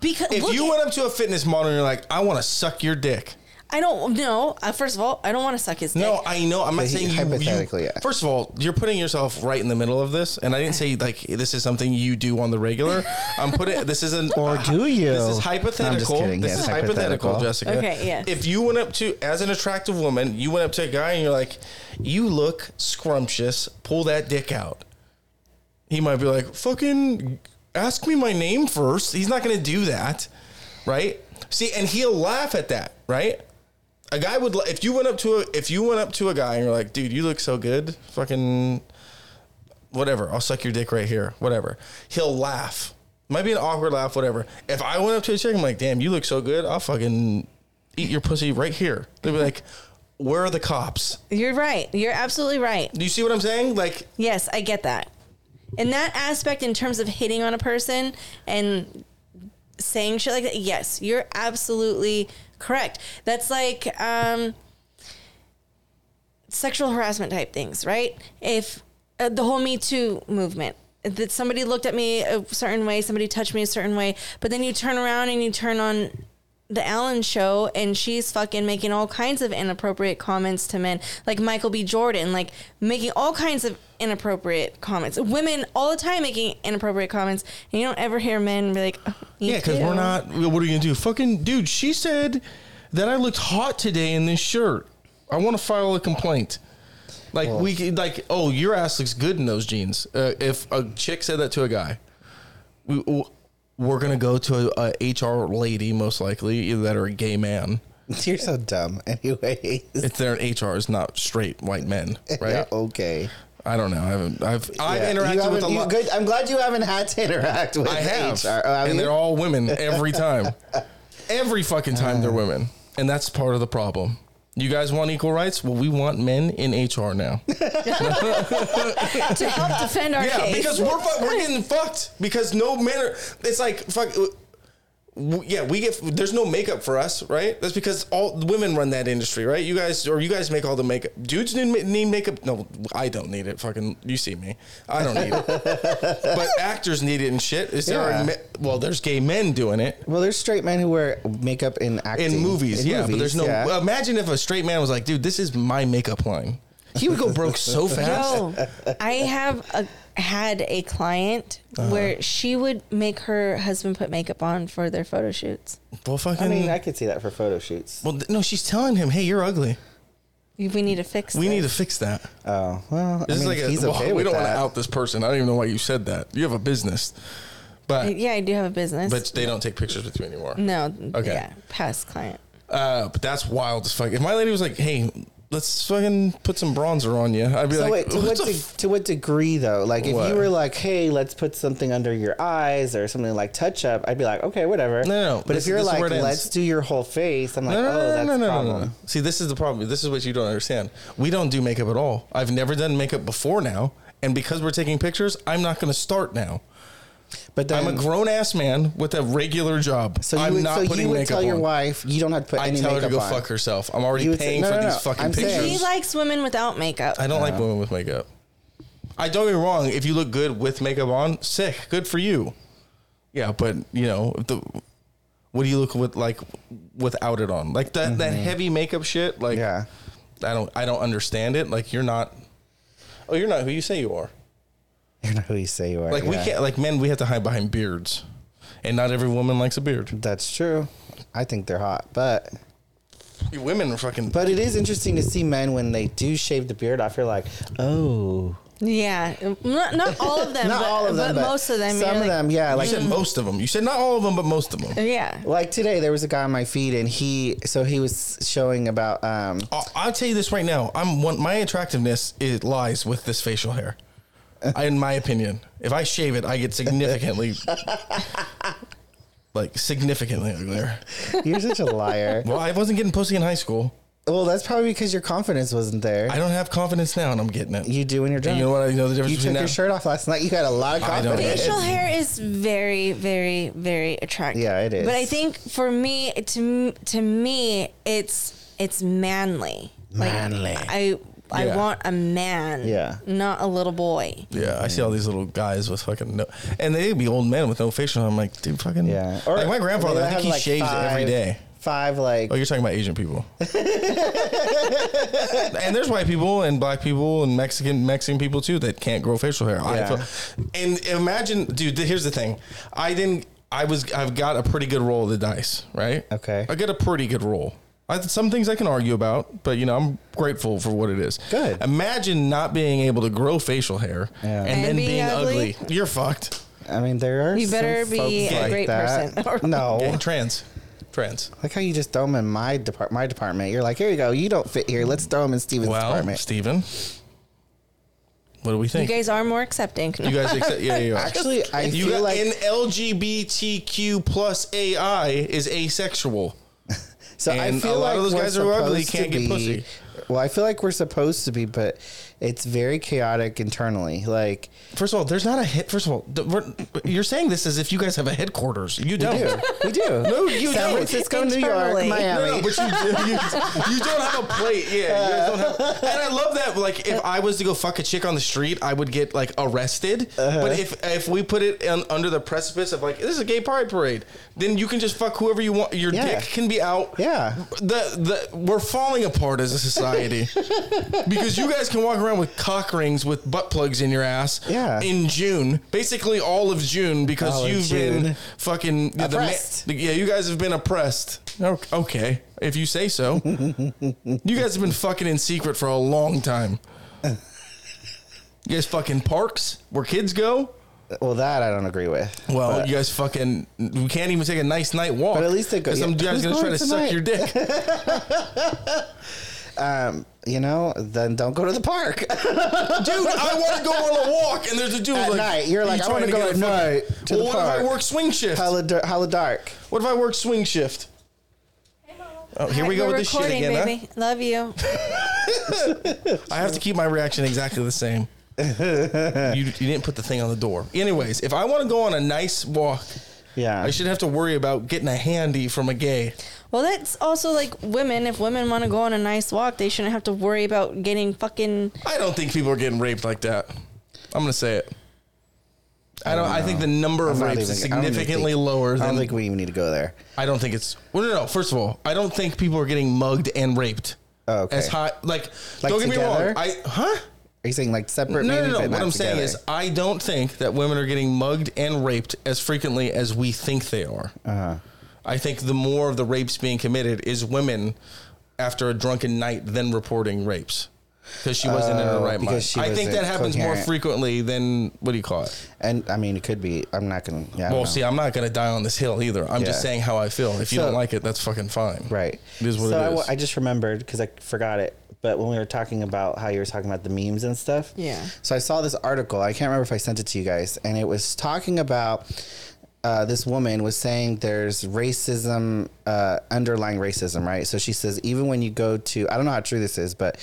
C: because
A: If
C: look
A: you
C: at-
A: went up to a fitness model and you're like, I want to suck your dick.
C: I don't know. Uh, first of all, I don't want to suck his dick.
A: No, I know. I'm not
B: But he-
A: saying you,
B: hypothetically,
A: you-
B: yeah.
A: First of all, you're putting yourself right in the middle of this, and I didn't say like this is something you do on the regular. I'm putting this is an or
B: do you?
A: This is
B: No, I'm just
A: hypothetical.
B: kidding.
A: This
B: Yes,
A: is hypothetical,
B: hypothetical.
A: Jessica.
C: Okay, yeah.
A: If you went up to as an attractive woman, you went up to a guy and you're like, "You look scrumptious. Pull that dick out." He might be like, "Fucking ask me my name first. He's not going to do that, right? See, and he'll laugh at that, right? a guy would li- if you went up to a if you went up to a guy and you're like, dude, you look so good, fucking whatever, I'll suck your dick right here, whatever. He'll laugh. Might be an awkward laugh, whatever. If I went up to a chick, I'm like, damn, you look so good, I'll fucking eat your pussy right here. They'd be like, where are the cops?
C: You're right. You're absolutely right.
A: Do you see what I'm saying? Like,
C: Yes, I get that. In that aspect, in terms of hitting on a person and saying shit like that, yes, you're absolutely correct. That's like, um, sexual harassment type things, right? If uh, the whole Me Too movement, that somebody looked at me a certain way, somebody touched me a certain way, but then you turn around and you turn on the Ellen show and she's fucking making all kinds of inappropriate comments to men, like Michael B. Jordan, like making all kinds of inappropriate comments. Women all the time making inappropriate comments, and you don't ever hear men be like, oh, you
A: Yeah, because
C: do.
A: we're not. What are you gonna do? Fucking dude, she said that I looked hot today in this shirt. I want to file a complaint. Like we could- like, oh, your ass looks good in those jeans. Uh, if a chick said that to a guy, we, we're gonna go to a, a HR lady most likely, either that or a gay man.
B: <laughs> You're so dumb. <laughs> Anyways.
A: If they're in HR, is not straight white
B: <laughs>
A: men, right?
B: Yeah, okay.
A: I don't know. I haven't. I've I've
B: Yeah, you
A: interacted with a
B: haven't- you
A: lot.
B: Good. I'm glad you haven't had to interact with
A: I have,
B: HR. Oh, have
A: and
B: you?
A: they're all women every
B: <laughs>
A: time. every fucking time they're women, and that's part of the problem. You guys want equal rights? Well, we want men in HR
B: <laughs>
A: now.
C: <laughs> to help defend our
A: yeah,
C: case.
A: because we're fu- we're getting fucked because no men are. It's like fuck. w- Yeah, we get. There's no makeup for us, right? That's because all the women run that industry, right? You guys, or you guys make all the makeup. Dudes need, ma- need makeup. No, I don't need it. Fucking, you see me. I don't
B: <laughs>
A: need it. but actors need it and shit. Is there?
B: Yeah.
A: A, me- well, there's gay men doing it.
B: well, there's straight men who wear makeup in acting
A: in movies,
B: In
A: yeah. But there's
B: movies,
A: no. uh,
B: yeah.
A: well, Imagine if a straight man was like, "Dude, this is my makeup line." He would go broke
B: <laughs>
A: so fast.
C: Yo, I have a, had a client
A: Uh-huh.
C: where she would make her husband put makeup on for their photo shoots.
A: Well, fucking.
B: I mean, I could see that for photo shoots.
A: well, th- no, she's telling him, "Hey, you're ugly.
C: We we need to fix.
A: We
C: this.
A: need to fix that."
B: Oh well, I
A: This
B: mean,
A: is like
B: if
A: a, <laughs>
B: he's
A: well,
B: okay
A: we
B: with
A: don't want to
B: that.
A: out this person. I don't even know why you said that. You have a business, but
C: Yeah, I do have a business.
A: but they don't take pictures with you anymore.
C: no.
A: Okay.
C: Yeah, past client.
A: Uh, but that's wild as fuck. If my lady was like, "Hey, let's fucking put some bronzer on you," I'd be
B: So
A: like,
B: wait,
A: <laughs>
B: to
A: "What
B: what,
A: the
B: de- to what degree though? Like, if
A: What?
B: you were like, "Hey, let's put something under your eyes" or something like touch up, I'd be like, "Okay, whatever."
A: No, no,
B: but
A: this-
B: if you're
A: this is
B: like,
A: where it ends.
B: "Let's do your whole face," I'm like, "Oh, that's a problem."
A: See, this is the problem. This is what you don't understand. We don't do makeup at all. I've never done makeup before now, and because we're taking pictures, I'm not going to start now.
B: But then,
A: I'm a grown ass man with a regular job.
B: so you
A: I'm
B: would,
A: not
B: so
A: putting
B: you would
A: makeup
B: tell your
A: on.
B: wife you don't have to put
A: I
B: any
A: tell her
B: makeup
A: to go
B: on.
A: fuck herself. I'm already
B: You would say-
A: paying
B: no,
A: for
B: no,
A: these
B: no.
A: fucking
B: I'm
A: pictures.
B: saying-
C: She likes women without makeup.
A: I don't like women with makeup. I don't get me wrong. If you look good with makeup on, sick, good for you. Yeah, but you know if the. What do you look with like without it on? Like that that heavy makeup shit. Like
B: Yeah.
A: I don't I don't understand it. Like you're not. Oh, you're not who you say you are.
B: You're not who <laughs> you say you are.
A: Like we
B: yeah.
A: can't. Like men, we have to hide behind beards, and not every woman likes a beard.
B: That's true. I think they're hot, but
A: Women are fucking.
B: but it is interesting to see men when they do shave the beard off. You're like, oh,
C: Yeah, not, not all of them.
B: not
C: but,
B: all of them,
C: but,
B: but
C: most of them.
B: Some
C: you're
B: of
C: like-
B: them, yeah.
A: you
B: Like
A: said most of them. You said not all of them, but most of them.
C: Yeah.
B: like today, there was a guy on my feed, and he so he was showing about um
A: I- I'll tell you this right now. I'm one. My attractiveness it lies with this facial
B: <laughs>
A: hair. I- In my opinion, if I shave it, I get
B: <laughs>
A: significantly, like significantly uglier.
B: You're such
A: <laughs>
B: a liar.
A: Well, I wasn't getting pussy in high school.
B: well, that's probably because your confidence wasn't there.
A: I don't have confidence now, and I'm getting it.
B: you do when you're
A: And
B: drunk.
A: you know what? I know the difference
B: You took
A: between
B: your
A: that.
B: shirt off last night. You had a lot of
A: I don't know.
B: confidence.
C: Facial hair is very, very, very attractive.
B: Yeah, it is.
C: But I think for me, to to me, it's it's manly. Like,
B: Manly.
C: I I
A: Yeah.
C: want a man.
B: Yeah.
C: Not a little boy.
A: Yeah, I see all these little guys with fucking no, and they be old men with no facial. I'm like, dude, fucking.
B: Yeah.
A: like my
B: they
A: grandfather, I think
B: have,
A: he
B: like,
A: shaves every
B: five-
A: day.
B: Five like
A: Oh, you're talking about Asian people. <laughs> and there's white people and black people and Mexican Mexican people too that can't grow facial hair. I
B: Yeah.
A: feel- and imagine, dude. th- Here's the thing. I didn't. I was. I've got a pretty good roll of the dice, right?
B: Okay.
A: I got a pretty good roll. I, some things I can argue about, but you know I'm grateful for what it is.
B: Good.
A: Imagine not being able to grow facial hair
B: Yeah.
A: and,
C: And
A: then
C: being
A: being
C: ugly.
A: ugly. You're fucked.
B: I mean, there are.
C: You better
B: some
C: be
B: folks
C: a
B: like
C: great
B: that.
A: <laughs>
B: <laughs>
C: person.
B: no,
A: Yeah, trans, trans.
B: like how you just throw them in my depart my department. You're like, here you go. You don't fit here. Let's throw them in Steven's
A: Well,
B: department.
A: Steven, what do we
C: <laughs> You
A: think?
C: guys are more accepting.
A: You guys accept? Yeah, yeah. yeah.
B: Actually, I
A: you
B: feel
A: got
B: like
A: an LGBTQ plus AI is asexual.
B: so. I
A: and a
B: feel
A: lot
B: like
A: of those
B: we're
A: guys who are ugly
B: supposed
A: can't
B: to
A: get
B: be
A: pussy.
B: Well, I feel like we're supposed to be, but it's very chaotic internally. Like
A: First of all, there's not a hit. First of all, th- we're, you're saying this as if you guys have a headquarters. You don't.
B: we do, <laughs> we do.
A: No, you
B: San
A: don't.
B: Francisco, New York,
C: Internally.
A: No, no,
B: Miami.
A: but you, do- you, you don't have a plate. Yeah, you guys don't have. And I love that. Like, if I was to go fuck a chick on the street, I would get like arrested.
B: Uh-huh.
A: But if if we put it in, under the precipice of like this is a gay pride parade, then you can just fuck whoever you want. Your
B: Yeah.
A: dick can be out.
B: Yeah.
A: The the we're falling apart as a society
B: <laughs>
A: because you guys can walk around with cock rings with butt plugs in your ass.
B: Yeah.
A: In June, basically all of June, because
B: All of
A: you've
B: June.
A: been fucking the ma-
B: Oppressed.
A: the- yeah, you guys have been oppressed. O- Okay, if you say so. you guys have been fucking in secret for a long time. You guys fucking parks where kids go.
B: Well, that I don't agree with.
A: Well, you guys fucking we can't even take a nice night walk.
B: But at least they go-
A: 'cause
B: yeah,
A: some
B: who's
A: guy's gonna try
B: going
A: to
B: tonight?
A: suck your
B: <laughs>
A: dick.
B: Um, you know, then don't go to the park <laughs>
A: dude, I want to go on a walk, and there's a dude
B: At
A: like
B: night, you're like,
A: you
B: I wanna
A: trying
B: go
A: get
B: at
A: a fucking-
B: night to
A: well,
B: the
A: what if I
B: park.
A: work swing shift?
B: Hella, dar- hella dark.
A: What if I work swing shift? Oh, here we go
C: We're
A: with this shit
C: recording,
A: again. Huh?
C: baby. Love you.
A: I have to keep my reaction exactly the
B: <laughs>
A: same. you, you didn't put the thing on the door. Anyways, if I want to go on a nice walk,
B: Yeah.
A: I should have to worry about getting a handy from a gay.
C: Well, that's also like women. If women want to go on a nice walk, they shouldn't have to worry about getting fucking.
A: I don't think people are getting raped like that. I'm gonna say it. I don't. I, think the number of
B: I'm not
A: rapes is
B: even- I don't even
A: significantly
B: think-
A: lower
B: I don't
A: than
B: think we even need to go there.
A: I don't think it's well, no, no. First of all, I don't think people are getting mugged and raped.
B: Oh, okay.
A: As high, like,
B: Like
A: don't get
B: together?
A: me wrong. I huh?
B: Are you saying like separate?
A: No,
B: maybe,
A: no, no.
B: but
A: What
B: not
A: I'm saying
B: together?
A: is, I don't think that women are getting mugged and raped as frequently as we think they are.
B: Uh-huh.
A: I think the more of the rapes being committed is women after a drunken night then reporting rapes because she wasn't in her
B: Oh,
A: right mind.
B: because she
A: I think that
B: wasn't
A: happens more
B: coherent.
A: frequently than what do you call it?
B: and I mean, it could be. I'm not gonna. Yeah. I don't
A: Well,
B: know.
A: see, I'm not going to die on this hill either. I'm just
B: Yeah.
A: saying how I feel. If you
B: So-
A: don't like it, that's fucking fine.
B: Right.
A: It is what
B: so
A: it
B: I
A: is.
B: wa- I, just remembered because I forgot it. But when we were talking about how you were talking about the memes and stuff.
C: Yeah.
B: So I saw this article. I can't remember if I sent it to you guys. And it was talking about uh, this woman was saying there's racism, uh, underlying racism, right? So she says, even when you go to, I don't know how true this is, but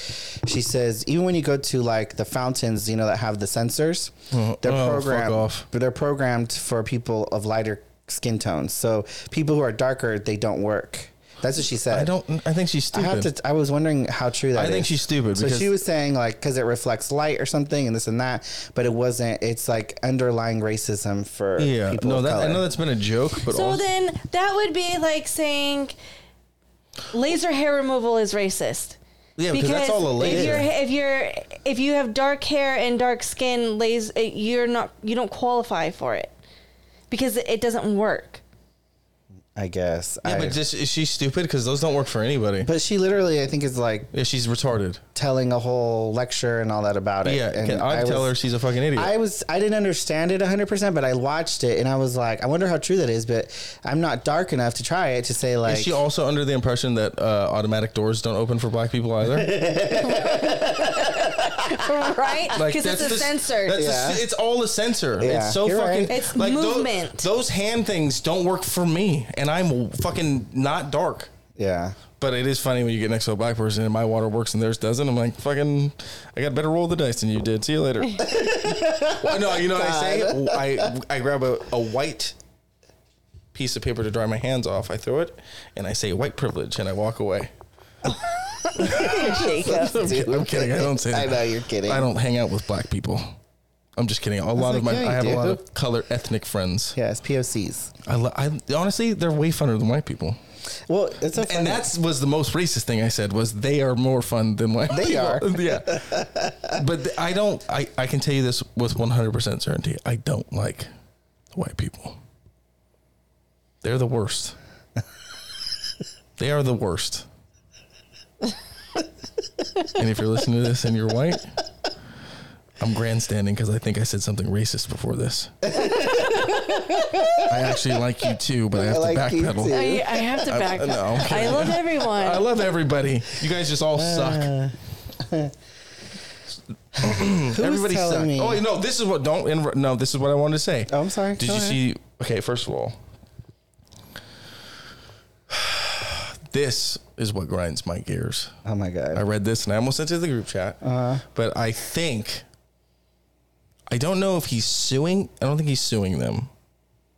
B: she says, even when you go to like the fountains, you know, that have the sensors, they're
A: oh, fuck
B: programmed.
A: off.
B: But they're programmed for people of lighter skin tones. So people who are darker, they don't work. That's what she said.
A: I don't. I think she's
B: I
A: stupid.
B: have to. I was wondering how true that
A: I
B: is.
A: think she's stupid
B: So
A: because-
B: she was saying like because it reflects light or something and this and that, but it wasn't. It's like underlying racism for
A: yeah.
B: people
A: No,
B: of
A: that
B: color.
A: I know that's been a joke, but
C: So
A: also,
C: then that would be like saying laser hair removal is racist.
A: Yeah, because that's all a
C: If
A: laser.
C: you're if you're if you have dark hair and dark skin, laser you're not you don't qualify for it because it, it doesn't
A: <laughs>
C: work.
B: I guess.
A: yeah,
B: I-
A: but just is she stupid? Because those don't work for anybody.
B: but she literally, I think, is like
A: yeah, she's retarded.
B: telling a whole lecture and all that about it.
A: Yeah,
B: and
A: can- I'd tell
B: was-
A: her she's a fucking idiot.
B: I was I didn't understand it 100%, but I watched it and I was like, I wonder how true that is, but I'm not dark enough to try it to say like
A: is she also under the impression that uh, automatic doors don't open for black people
B: <laughs>
A: either?
C: right? Because it's a
A: the-
C: sensor.
A: That's the-
B: Yeah.
A: it's all a sensor.
B: Yeah,
A: It's so
B: you're
A: fucking.
B: right.
C: It's
A: tho-
C: movement.
A: Those, hand things don't work for me, and I'm fucking not dark.
B: Yeah.
A: But it is funny when you get next to a black person and my water works and theirs doesn't. I'm like, fucking, I got a better roll of the dice than you did. See you
B: <laughs>
A: later. well, no, you know what I say? I, I grab a, a white piece of paper to dry my hands off. I throw it and I say white privilege and I walk away.
C: <laughs>
B: <laughs>
A: I'm, kidding, I'm kidding. I don't say
B: I
A: that.
B: know you're kidding.
A: I don't hang out with black people. I'm just kidding. A lot of my,
B: like, yeah,
A: I
B: you
A: have a
B: do.
A: lot of color ethnic friends.
B: Yes, POCs.
A: I, lo- I honestly, they're way funner than white people.
B: Well, it's so funny.
A: And that's was the most racist thing I said was they are more fun than white.
B: They
A: people.
B: are.
A: <laughs> yeah. But th- I don't. I I can tell you this with one hundred percent certainty. I don't like white people. They're the worst. they are the worst. and if you're listening to this and you're white, I'm grandstanding because I think I said something racist before
B: <laughs>
A: this. I actually like you too, but I have
B: I like
A: to
B: you
A: backpedal.
B: too.
C: I, I have to back
A: no, I'm
C: up.
A: kidding.
C: I love
B: <laughs>
C: everyone.
A: I love everybody. You guys just all
B: Uh,
A: suck.
B: Who's
A: Everybody
B: telling
A: suck.
B: me?
A: Oh no, this is what don't inter- no. This is what I wanted to say.
B: Oh, I'm sorry.
A: Did
B: Go
A: you
B: ahead.
A: see? Okay, first of all, <sighs> This is what grinds my gears.
B: Oh my god.
A: I read this and I almost sent it to the group chat.
B: Uh-huh.
A: But I think I don't know if he's suing. I don't think he's suing them.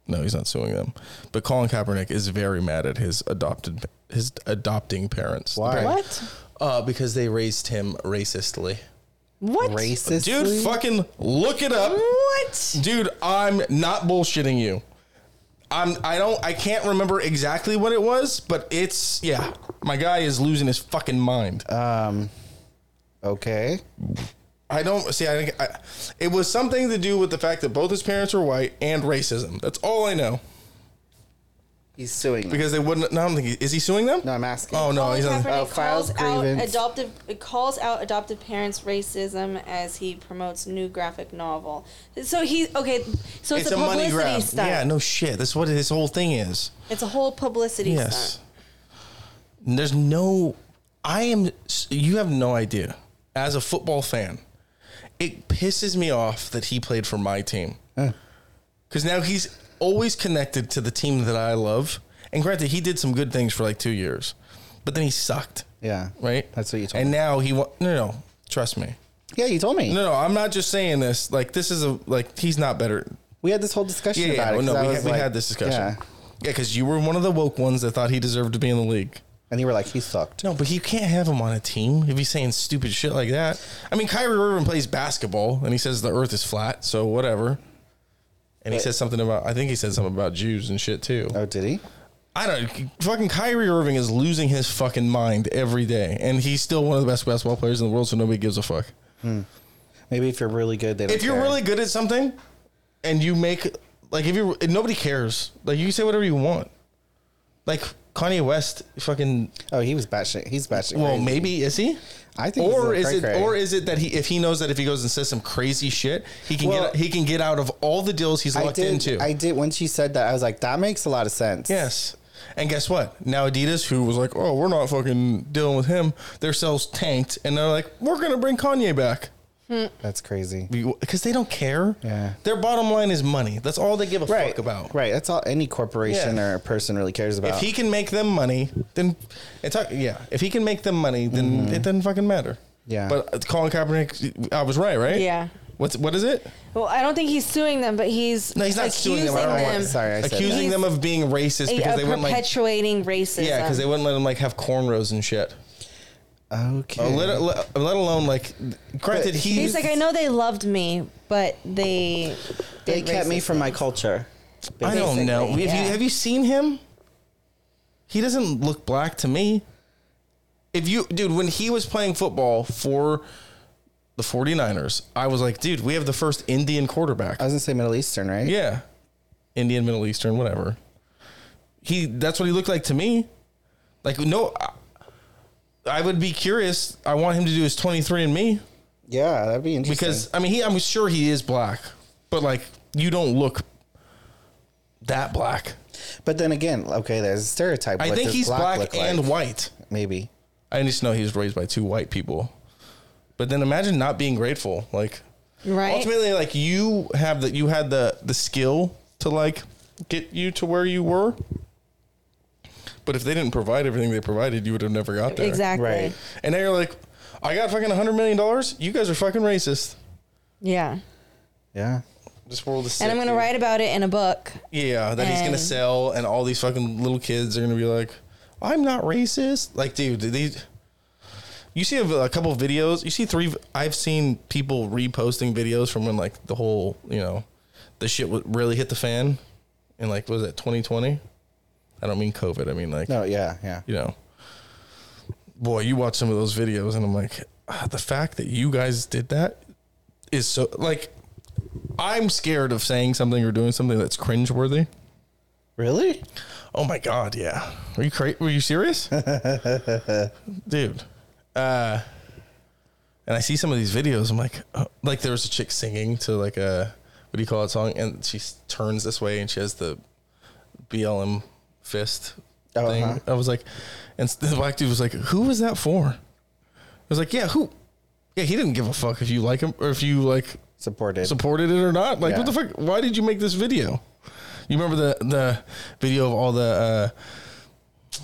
A: No, he's not suing them. But Colin Kaepernick is very mad at his adopted his adopting parents. The
B: Why?
A: parent-
C: What?
A: Uh, because they raised him racistly.
C: What?
B: Racist.
A: Dude, fucking look it up.
C: What?
A: Dude, I'm not bullshitting you. I'm I don't I can't remember exactly what it was, but it's yeah. My guy is losing his fucking mind.
B: Um. Okay.
A: I don't see. I, I it was something to do with the fact that both his parents were white and racism. That's all I know
B: He's suing. them.
A: because they wouldn't. No, I don't think he, is he suing them.
B: no, I'm asking.
A: Oh no, he's on.
C: Colin Kaepernick
B: Oh, files
C: calls out
B: grievance.
C: adoptive it calls out adoptive parents racism as he promotes new graphic novel. So he okay. So it's,
A: It's
C: a,
A: a money
C: publicity
A: grab.
C: stunt.
A: Yeah, no shit. That's what this whole thing is.
C: It's a whole publicity
A: Yes.
C: stunt.
A: There's no. I am. You have no idea. As a football fan, it pisses me off that he played for my team. Because now he's always connected to the team that I love. And granted, he did some good things for like two years, but then he sucked.
B: Yeah.
A: Right?
B: That's what you told
A: And
B: me.
A: now he. Wa- no, no, no. Trust me.
B: Yeah, you told me.
A: No, no. I'm not just saying this. Like, this is a. Like, he's not better.
B: We had this whole discussion
A: Yeah,
B: about
A: yeah.
B: it. 'cause
A: no,
B: I
A: we,
B: was
A: had, we
B: like-
A: had this discussion. Yeah,
B: Yeah.
A: because you were one of the woke ones that thought he deserved to be in the league.
B: And you were like, he sucked.
A: No, but you can't have him on a team if he's saying stupid shit like that. I mean, Kyrie Irving plays basketball and he says the earth is flat, so whatever. And he says something about, I think he said something about Jews and shit too.
B: Oh, did he?
A: I don't, fucking Kyrie Irving is losing his fucking mind every day. And he's still one of the best basketball players in the world, so nobody gives a fuck.
B: Maybe if you're really good, they don't.
A: If you're
B: care.
A: really good at something and you make, like, if you, nobody cares. Like, you can say whatever you want. Like, Kanye West fucking
B: oh, he was batshit. He's batshit.
A: Well,
B: crazy.
A: maybe is he?
B: I think
A: or
B: he's
A: is
B: a
A: it
B: cray-cray.
A: or is it that he if he knows that if he goes and says some crazy shit, he can
B: Well-
A: get he can get out of all the deals he's
B: I
A: locked
B: did.
A: into.
B: I did. Once you said that, I was like, that makes a lot of sense.
A: yes. And guess what? Now Adidas, who was like, "Oh, we're not fucking dealing with him," their sales tanked, and they're like, "We're gonna bring Kanye back,"
B: That's crazy.
A: because they don't care.
B: Yeah.
A: Their bottom line is money. That's all they give a
B: Right.
A: fuck about.
B: Right. That's all any corporation
A: Yeah.
B: or person really cares about.
A: If he can make them money, then it's yeah. If he can make them money, then it doesn't fucking matter.
B: Mm-hmm. Yeah.
A: But uh, Colin Kaepernick, I was right, right?
C: Yeah.
A: What's what is it?
C: Well, I don't think he's suing them, but he's
A: No, he's not suing them. I don't know what-
C: accusing
B: Sorry, I said
A: accusing
C: that.
A: them of being racist
C: a-
A: because
C: of
A: they wouldn't like
C: perpetuating racism.
A: yeah, because they wouldn't let him like have cornrows and shit.
B: okay.
A: Uh, Let, let, let alone like, granted he
C: he's like, I know they loved me, but they
B: they
C: did
B: kept me
C: racist
B: from my culture.
A: I don't know.
C: basically,
A: Have,
C: yeah.
A: you, have you seen him? He doesn't look black to me. If you, dude, when he was playing football for the 49ers, I was like, dude, we have the first Indian quarterback.
B: I was gonna say Middle Eastern, right?
A: Yeah. Indian, Middle Eastern, whatever. He that's what he looked like to me. Like no I, I would be curious. I want him to do his 23 and me
B: Yeah, that'd be interesting.
A: because I mean he I'm sure he is black, but like you don't look that black.
B: but then again, okay, there's a stereotype.
A: I
B: What
A: think
B: does
A: he's black,
B: look like?
A: and white.
B: maybe.
A: I just know he was raised by two white people. But then imagine not being grateful. Like
C: Right.
A: ultimately like you have that you had the the skill to like get you to where you were. But if they didn't provide everything they provided, you would have never got there.
C: exactly.
B: Right.
A: And now you're like, I got fucking hundred million dollars. You guys are fucking racist.
C: Yeah.
B: Yeah.
A: This world is. Sick,
C: And I'm gonna
A: dude.
C: write about it in a book.
A: Yeah, that he's gonna
C: and-
A: sell, and all these fucking little kids are gonna be like, "I'm not racist." Like, dude, these. You see a, a couple videos. You see three. I've seen people reposting videos from when like the whole you know, the shit wa- really hit the fan, and like what was that 2020? I don't mean COVID. I mean like
B: No. Yeah. Yeah.
A: you know. Boy, you watch some of those videos, and I'm like, ah, the fact that you guys did that is so like, I'm scared of saying something or doing something that's cringeworthy.
B: Really?
A: Oh my god, yeah. Are you cra- were you <laughs> serious? Dude. Uh and I see some of these videos, I'm like oh, like there was a chick singing to like a what do you call it song and she s- turns this way and she has the BLM fist
B: Oh,
A: thing.
B: uh-huh.
A: I was like and s- the black dude was like, "Who was that for?" I was like, "Yeah, who yeah, he didn't give a fuck if you like him or if you like
B: Supported.
A: supported it or not. Like,
B: Yeah.
A: what the fuck? Why did you make this video? You remember the the video of all the uh,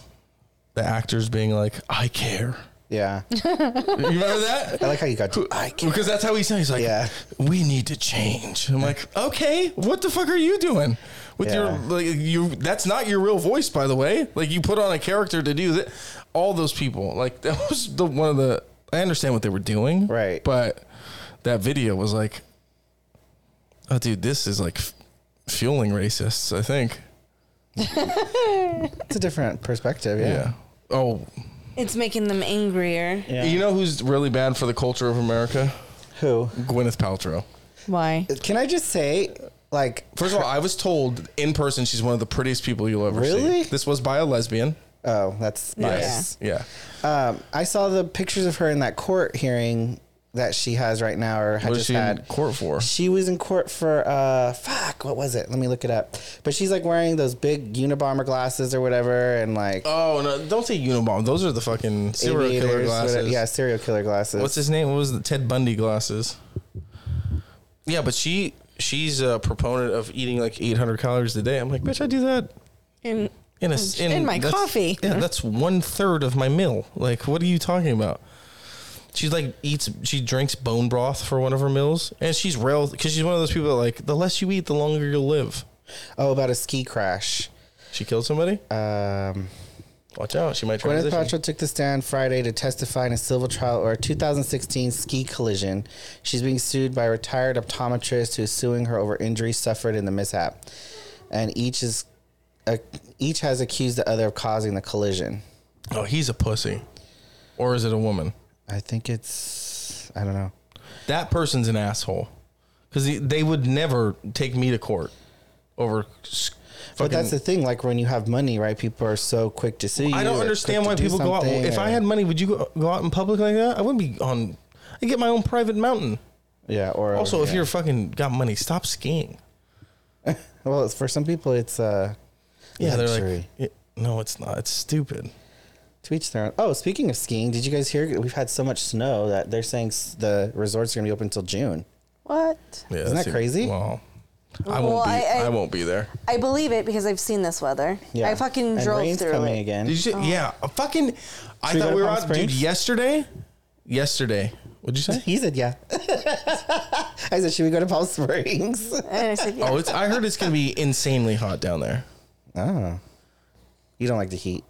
A: the actors being like, "I care." <laughs>
B: Yeah.
A: You remember that?
B: I like how you got. I can't.
A: Because that's how he sounds. He's like,
B: Yeah.
A: we need to change. I'm like, okay, what the fuck are you doing with
B: Yeah.
A: your like you? That's not your real voice, by the way. Like you put on a character to do that. All those people, like that was the one of the. I understand what they were doing,
B: Right.
A: But that video was like, oh, dude, this is like f- fueling racists. I think,
B: It's a different perspective. Yeah.
A: yeah. Oh,
C: It's making them angrier.
B: Yeah.
A: you know who's really bad for the culture of America?
B: Who?
A: Gwyneth Paltrow.
C: Why?
B: Can I just say, like,
A: First of all, I was told in person she's one of the prettiest people you'll ever see.
B: Really?
A: This was by a lesbian.
B: oh, that's biased.
A: Yeah.
B: Um, I saw the pictures of her in that court hearing that she has right now, or had
A: What is
B: just
A: she in
B: had.
A: court for?
B: She was in court for uh, fuck. What was it? Let me look it up. But she's like wearing those big Unabomber glasses or whatever, and like
A: Oh no! Don't say Unabomber. Those are the fucking serial killer
B: aviators,
A: glasses.
B: whatever- Yeah, serial killer glasses.
A: What's his name? What was the Ted Bundy glasses? Yeah, but she she's a proponent of eating like 800 calories a day. I'm like, bitch, I do that
C: And
A: in a
C: In my
A: that's-
C: coffee.
A: Yeah, that's one third of my meal. Like, what are you talking about? She's like eats. She drinks bone broth for one of her meals, and she's real because she's one of those people that like the less you eat, the longer you'll live.
B: Oh, about a ski crash.
A: She killed somebody.
B: Um,
A: Watch out! She might
B: Gwyneth
A: transition.
B: Paltrow took the stand Friday to testify in a civil trial over a 2016 ski collision. She's being sued by a retired optometrist who is suing her over injuries suffered in the mishap, and each is uh, each has accused the other of causing the collision.
A: Oh, he's a pussy, or is it a woman?
B: I think it's I don't know.
A: That person's an asshole because they would never take me to court over. s-
B: But that's the
A: fucking-
B: thing. Like when you have money, right? People are so quick to sue you.
A: I don't
B: or
A: understand why
B: quick to do
A: people go out.
B: something,
A: If I
B: or-
A: had money, would you go, go out in public like that? I wouldn't be on. I get my own private mountain.
B: yeah. Or
A: Also, if
B: yeah.
A: you're fucking got money, stop skiing.
B: well, it's, for some people, it's uh,
A: Yeah, they're like,
B: luxury.
A: "Yeah, no, it's not. It's stupid.
B: To each their own. Oh, speaking of skiing, did you guys hear? We've had so much snow that they're saying s- the resorts are going to be open until June.
C: what?
A: Yeah,
B: Isn't
A: that's
B: that
A: it.
B: crazy?
A: Well, I
C: Well,
A: won't be.
C: I-
A: I,
C: I-
A: won't be there.
C: I believe it because I've seen this weather. I fucking
B: And
C: drove
B: rain's
C: through
B: coming
C: it.
B: again.
A: Did you? Say, Yeah, a fucking. I
B: we go
A: thought
B: to
A: we were
B: Palm
A: out, dude.
B: Springs?
A: Yesterday, yesterday. What'd you
B: <laughs>
A: say?
B: He said, "Yeah." I said, "Should we go to Palm
C: <laughs>
B: Springs?"
C: And I said, yeah.
A: Oh, it's. I heard it's gonna be insanely hot down there.
B: oh, you don't like the heat.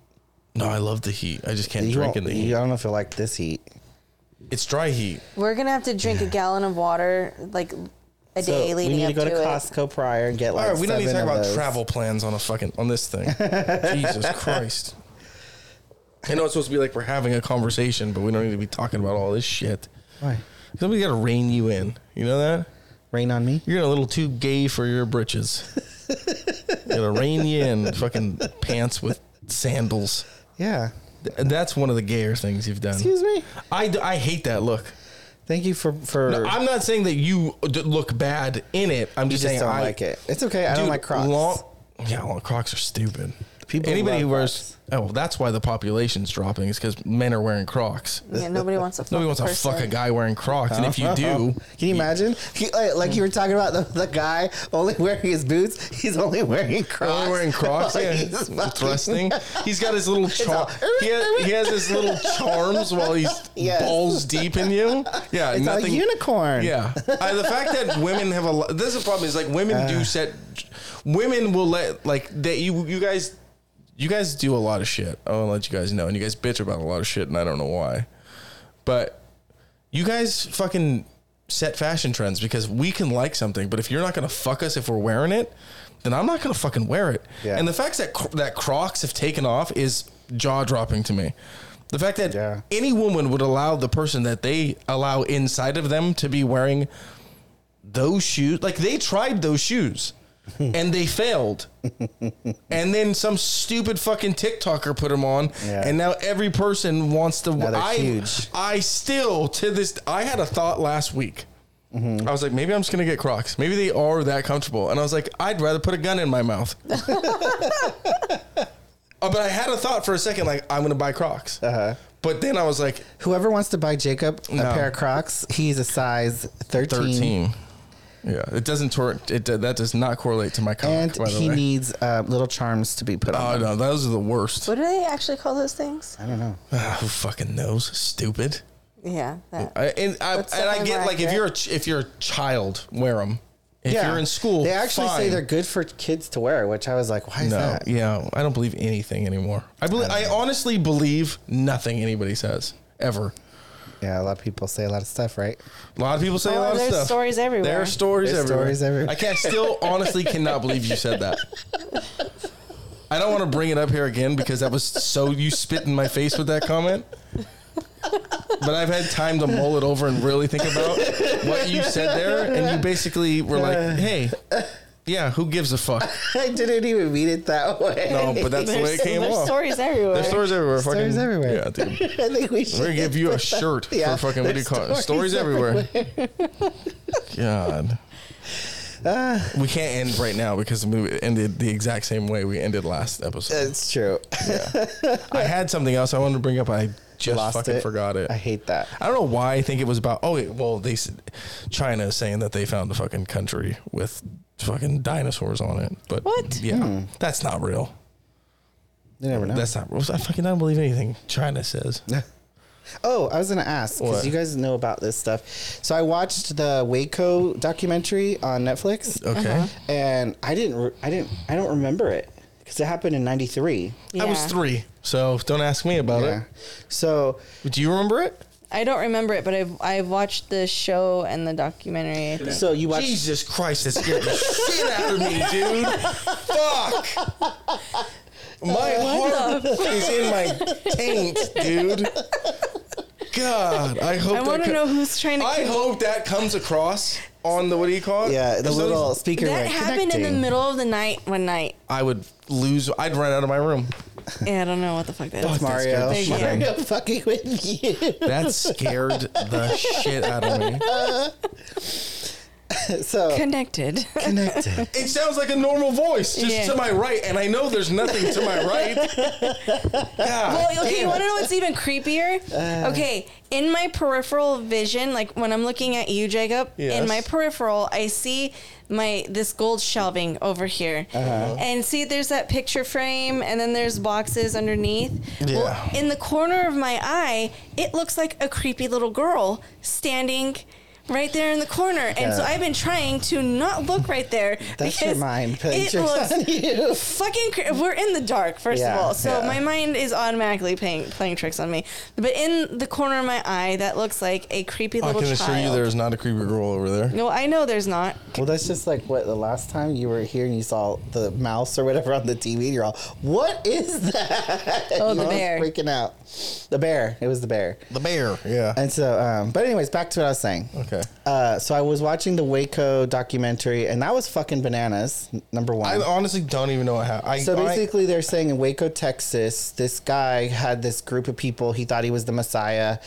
A: No, I love the heat. I just can't
B: You
A: drink
B: won't-
A: in the
B: you-
A: heat.
B: I don't know if you like this heat.
A: It's dry heat.
C: We're gonna have to drink a gallon of water like a
B: So
C: day leading
B: we need
C: up
B: to go to,
C: it.
B: Costco prior and get like.
A: All right, we don't need to talk
B: seven of
A: about
B: those.
A: travel plans on a fucking on this
B: <laughs>
A: thing. Jesus Christ! I know it's supposed to be like we're having a conversation, but we don't need to be talking about all this shit.
B: Why?
A: Somebody got to rein you in. You know that?
B: Rain on me.
A: You're a little too gay for your
B: <laughs>
A: britches. Gotta rein you in, fucking pants with sandals.
B: Yeah.
A: Th- That's one of the gayer things you've done.
B: Excuse me.
A: I, d- I hate that look.
B: Thank you for for.
A: I'm not saying that you d- look bad in it. I'm
B: Er. you
A: just,
B: just
A: saying
B: don't
A: I
B: like it. It's okay. I don't
A: Dude,
B: like Crocs.
A: long- yeah, well, Crocs are stupid.
B: People
A: Anybody
B: love
A: who wears oh, well, that's why the population's dropping is because men are wearing Crocs.
C: Yeah, nobody wants to.
A: <laughs>
C: Fuck
A: Nobody wants to
C: person.
A: fuck a guy wearing Crocs, and if you do,
B: Uh-huh. <laughs> Can you imagine? He- like, like you were talking about the, the guy only wearing his boots. <laughs> He's only wearing Crocs.
A: Only
B: <laughs>
A: wearing Crocs,
B: Like,
A: yeah,
B: he's
A: he's
B: fucking-
A: thrusting. He's got his little charm.
B: all-
A: He, ha- he has his little charms while he's
B: Yes.
A: balls deep in you. Yeah,
B: It's like a
A: nothing.
B: unicorn.
A: yeah, I, the fact that women have a lo- this is a problem is like women
B: Uh.
A: do set. Women will let like that you you guys you guys do a lot of shit. I want to let you guys know, and you guys bitch about a lot of shit, and I don't know why, but you guys fucking set fashion trends because we can like something, but if you're not gonna fuck us if we're wearing it, then I'm not gonna fucking wear it.
B: Yeah.
A: And the fact that cro- that Crocs have taken off is jaw dropping to me. The fact that
B: Yeah.
A: any woman would allow the person that they allow inside of them to be wearing those shoes, like they tried those
B: <laughs>
A: shoes. and they failed. and then some stupid fucking TikToker put them on.
B: Yeah.
A: And now every person wants to
B: Now they're
A: I,
B: huge.
A: I still to this. I had a thought last week.
B: Mm-hmm.
A: I was like, maybe I'm just gonna get Crocs. Maybe they are that comfortable. And I was like, I'd rather put a gun in my
B: <laughs>
A: mouth. Oh, but I had a thought for a second, like I'm gonna buy Crocs.
B: Uh-huh.
A: But then I was like,
B: Whoever wants to buy Jacob a pair of Crocs, he's a size 13.
A: 13. Yeah, it doesn't. Tor- it that does not correlate to my
B: And
A: comic. by the
B: he
A: way.
B: needs uh, little charms to be put on.
A: oh no, those are the worst.
C: What do they actually call those things?
B: I don't know.
A: Ah, <sighs> who fucking knows? Stupid.
C: Yeah. That.
A: I, and I, and
C: That's
A: I
C: definitely
A: get like if
C: accurate.
A: you're a ch- if you're a child, wear them. If you're in school,
B: they actually say
A: fine.
B: they're good for kids to wear, which I was like, why is
A: No,
B: that?
A: yeah, I don't believe anything anymore. I believe I, honestly believe nothing anybody says ever.
B: Yeah, a lot of people say a lot of stuff, right? <laughs>
A: A lot of people say
C: Oh,
A: a lot of
C: there's
A: stuff.
C: stories everywhere.
A: There are stories
B: There's
A: everywhere.
B: stories everywhere.
A: I can not <laughs> still honestly cannot believe you said that. I don't want to bring it up here again because that was so you spit in my face with that comment. But I've had time to mull it over and really think about what you said there, and you basically were like, "Hey, yeah, who gives a fuck?"
B: I didn't even mean it that way.
A: No, but that's the way it came
C: there's
A: off.
C: stories everywhere.
A: There's
C: <laughs>
A: stories everywhere.
B: Stories
A: fucking-
B: everywhere.
A: Yeah, dude.
B: I think we should.
A: We're gonna give you a shirt
B: Yeah,
A: for fucking what do you
B: there's
A: call it? Stories everywhere. God.
B: Uh,
A: we can't end right now because the movie ended the exact same way we ended last episode.
B: <laughs> It's true.
A: I had something else I wanted to bring up. I just
B: Uh, Lost
A: fucking
B: it.
A: forgot it.
B: I hate that.
A: I don't know why I think it was about. Oh, wait, well, they s- China is saying that they found a fucking country with fucking dinosaurs on it. But
C: What?
A: Yeah,
B: Hmm.
A: that's not real.
B: You never know.
A: That's not. real. I fucking don't believe anything China says.
B: Oh, I was gonna ask
A: What?
B: because you guys know about this stuff. So I watched the Waco documentary on Netflix, Uh-huh.
A: Okay.
B: and I didn't, re- I didn't, I don't remember it because it happened in '93.
A: I was
C: Yeah.
A: three, so don't ask me about
B: Yeah. So
A: it. Do you remember it?
C: I don't remember it, but I've I watched the show and the documentary. I think.
B: So you watch.
A: Jesus Christ, that scared the shit out of me, dude. Fuck. My heart is in my taint, dude. God, I hope.
C: I
A: that
C: want to
A: co-
C: know who's trying to.
A: I hope that comes across on the what do you call it?
B: Yeah, the
A: There's no-
B: little speaker.
C: that
B: went
C: happened in the
B: connecting.
C: middle of the night one night.
A: I would lose. I'd run out of my room.
C: Yeah, I don't know what the fuck that
B: Oh,
C: is.
B: Mario.
C: Thank you.
B: Mario fucking with you.
A: That scared the shit out of me.
B: So
C: Connected.
B: <laughs>
C: <laughs>
B: connected.
A: It sounds like a normal voice, just
C: Yeah.
A: to my right, and I know there's nothing to my right.
C: <laughs>
A: God
C: Well, okay,
A: damn
C: you want
A: it.
C: to know what's even creepier?
B: Uh.
C: okay, in my peripheral vision, like when I'm looking at you, Jacob, in
A: Yes.
C: my peripheral, I see my this gold shelving over here,
B: Uh-huh.
C: and see there's that picture frame, and then there's boxes underneath. Well,
A: Yeah.
C: in the corner of my eye, it looks like a creepy little girl standing. Right there in the corner, and so
B: Yeah.
C: I've been trying to not look right there
B: That's your
C: because
B: mind
C: It
B: pictures
C: looks
B: <laughs> on you.
C: fucking cr- we're in the dark first
B: Yeah,
C: of all so
B: yeah.
C: my mind is automatically playing playing tricks on me but in the corner of my eye that looks like a creepy
A: Oh, I
C: little
A: can
C: child
A: assure you there is not a creepy girl over there.
C: no i know there's not
B: Well, that's just like what the last time you were here and you saw the mouse or whatever on the TV. And you're all, what is that? <laughs>
C: Oh,
B: You
C: the
B: were
C: bear.
B: freaking out. The bear. It was the bear.
A: The bear. Yeah.
B: And so, um, but anyways, back to what I was saying.
A: okay.
B: Uh, so I was watching the Waco documentary, and that was fucking bananas. n- Number one.
A: I honestly don't even know what happened. I,
B: So
A: I-
B: basically, they're saying in Waco, Texas, this guy had this group of people. He thought he was the Messiah,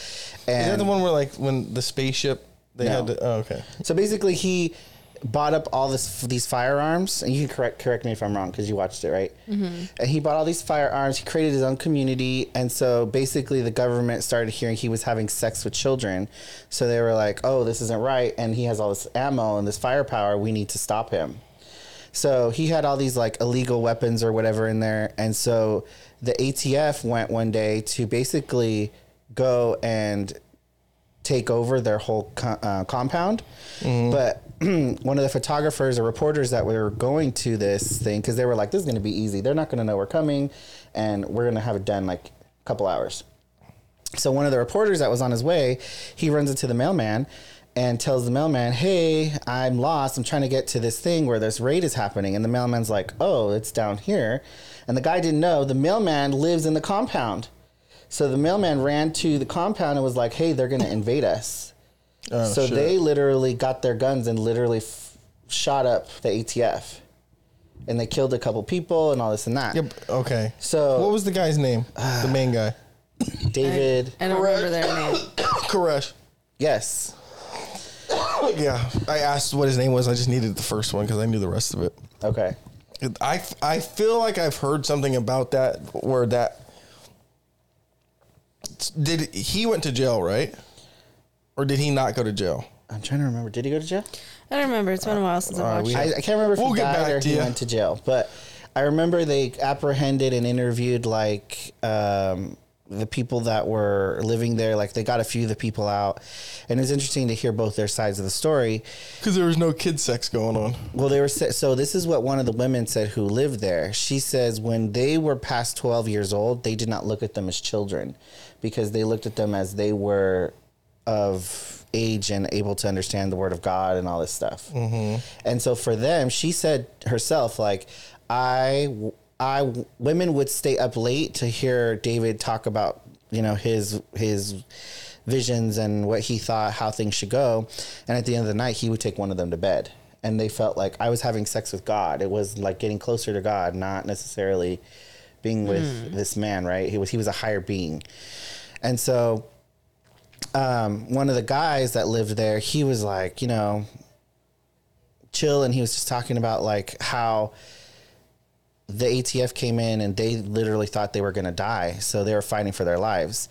B: and
A: is that the one where like when the spaceship they
B: No.
A: had? To, oh, okay.
B: so basically he bought up all this these firearms and you can correct correct me if i'm wrong because you watched it right and he bought all these firearms he created his own community and so basically the government started hearing he was having sex with children so they were like oh this isn't right and he has all this ammo and this firepower we need to stop him so he had all these like illegal weapons or whatever in there. And so the ATF went one day to basically go and take over their whole co- uh, compound. But <clears throat> one of the photographers or reporters that were going to this thing, because they were like, this is going to be easy. They're not going to know we're coming and we're going to have it done like a couple hours. So one of the reporters that was on his way, he runs into the mailman and tells the mailman, "Hey, I'm lost. I'm trying to get to this thing where this raid is happening." And the mailman's like, "Oh, it's down here." And the guy didn't know the mailman lives in the compound. So the mailman ran to the compound and was like, "Hey, they're going to invade us." so
A: Oh, shit.
B: they literally got their guns and literally f- shot up the ATF. And they killed a couple people and all this and that.
A: Yep. Okay.
B: So-
A: what was the guy's name? the
B: <sighs>
A: main guy.
B: David,
C: i don't remember their name
A: Koresh.
B: yes.
A: Yeah. I asked what his name was. I just needed the first one because I knew the rest of it.
B: Okay.
A: I I feel like I've heard something about that where that did he went to jail right, or did he not go to jail?
B: I'm trying to remember. Did he go to jail?
C: I don't remember. It's been a while since
B: Or
C: I've watched
B: we-
C: it.
B: I, I can't remember if
A: We'll
B: he
A: get
B: died
A: back
B: or
A: to
B: he
A: ya.
B: went to jail, but I remember they apprehended and interviewed like um, the people that were living there. Like they got a few of the people out, and it's interesting to hear both their sides of the story.
A: because there was no kid sex going on.
B: Well, they were sa- so. This is what one of the women said who lived there. She says when they were past twelve years old, they did not look at them as children, because they looked at them as they were of age and able to understand the word of God and all this stuff. And so for them, she said herself, like I, I women would stay up late to hear David talk about you know his his visions and what he thought how things should go and at the end of the night he would take one of them to bed and they felt like I was having sex with God. It was like getting closer to God, not necessarily being with this man, right? He was he was a higher being. And so um, one of the guys that lived there, he was like, you know, chill and he was just talking about like how the ATF came in and they literally thought they were going to die. So they were fighting for their lives.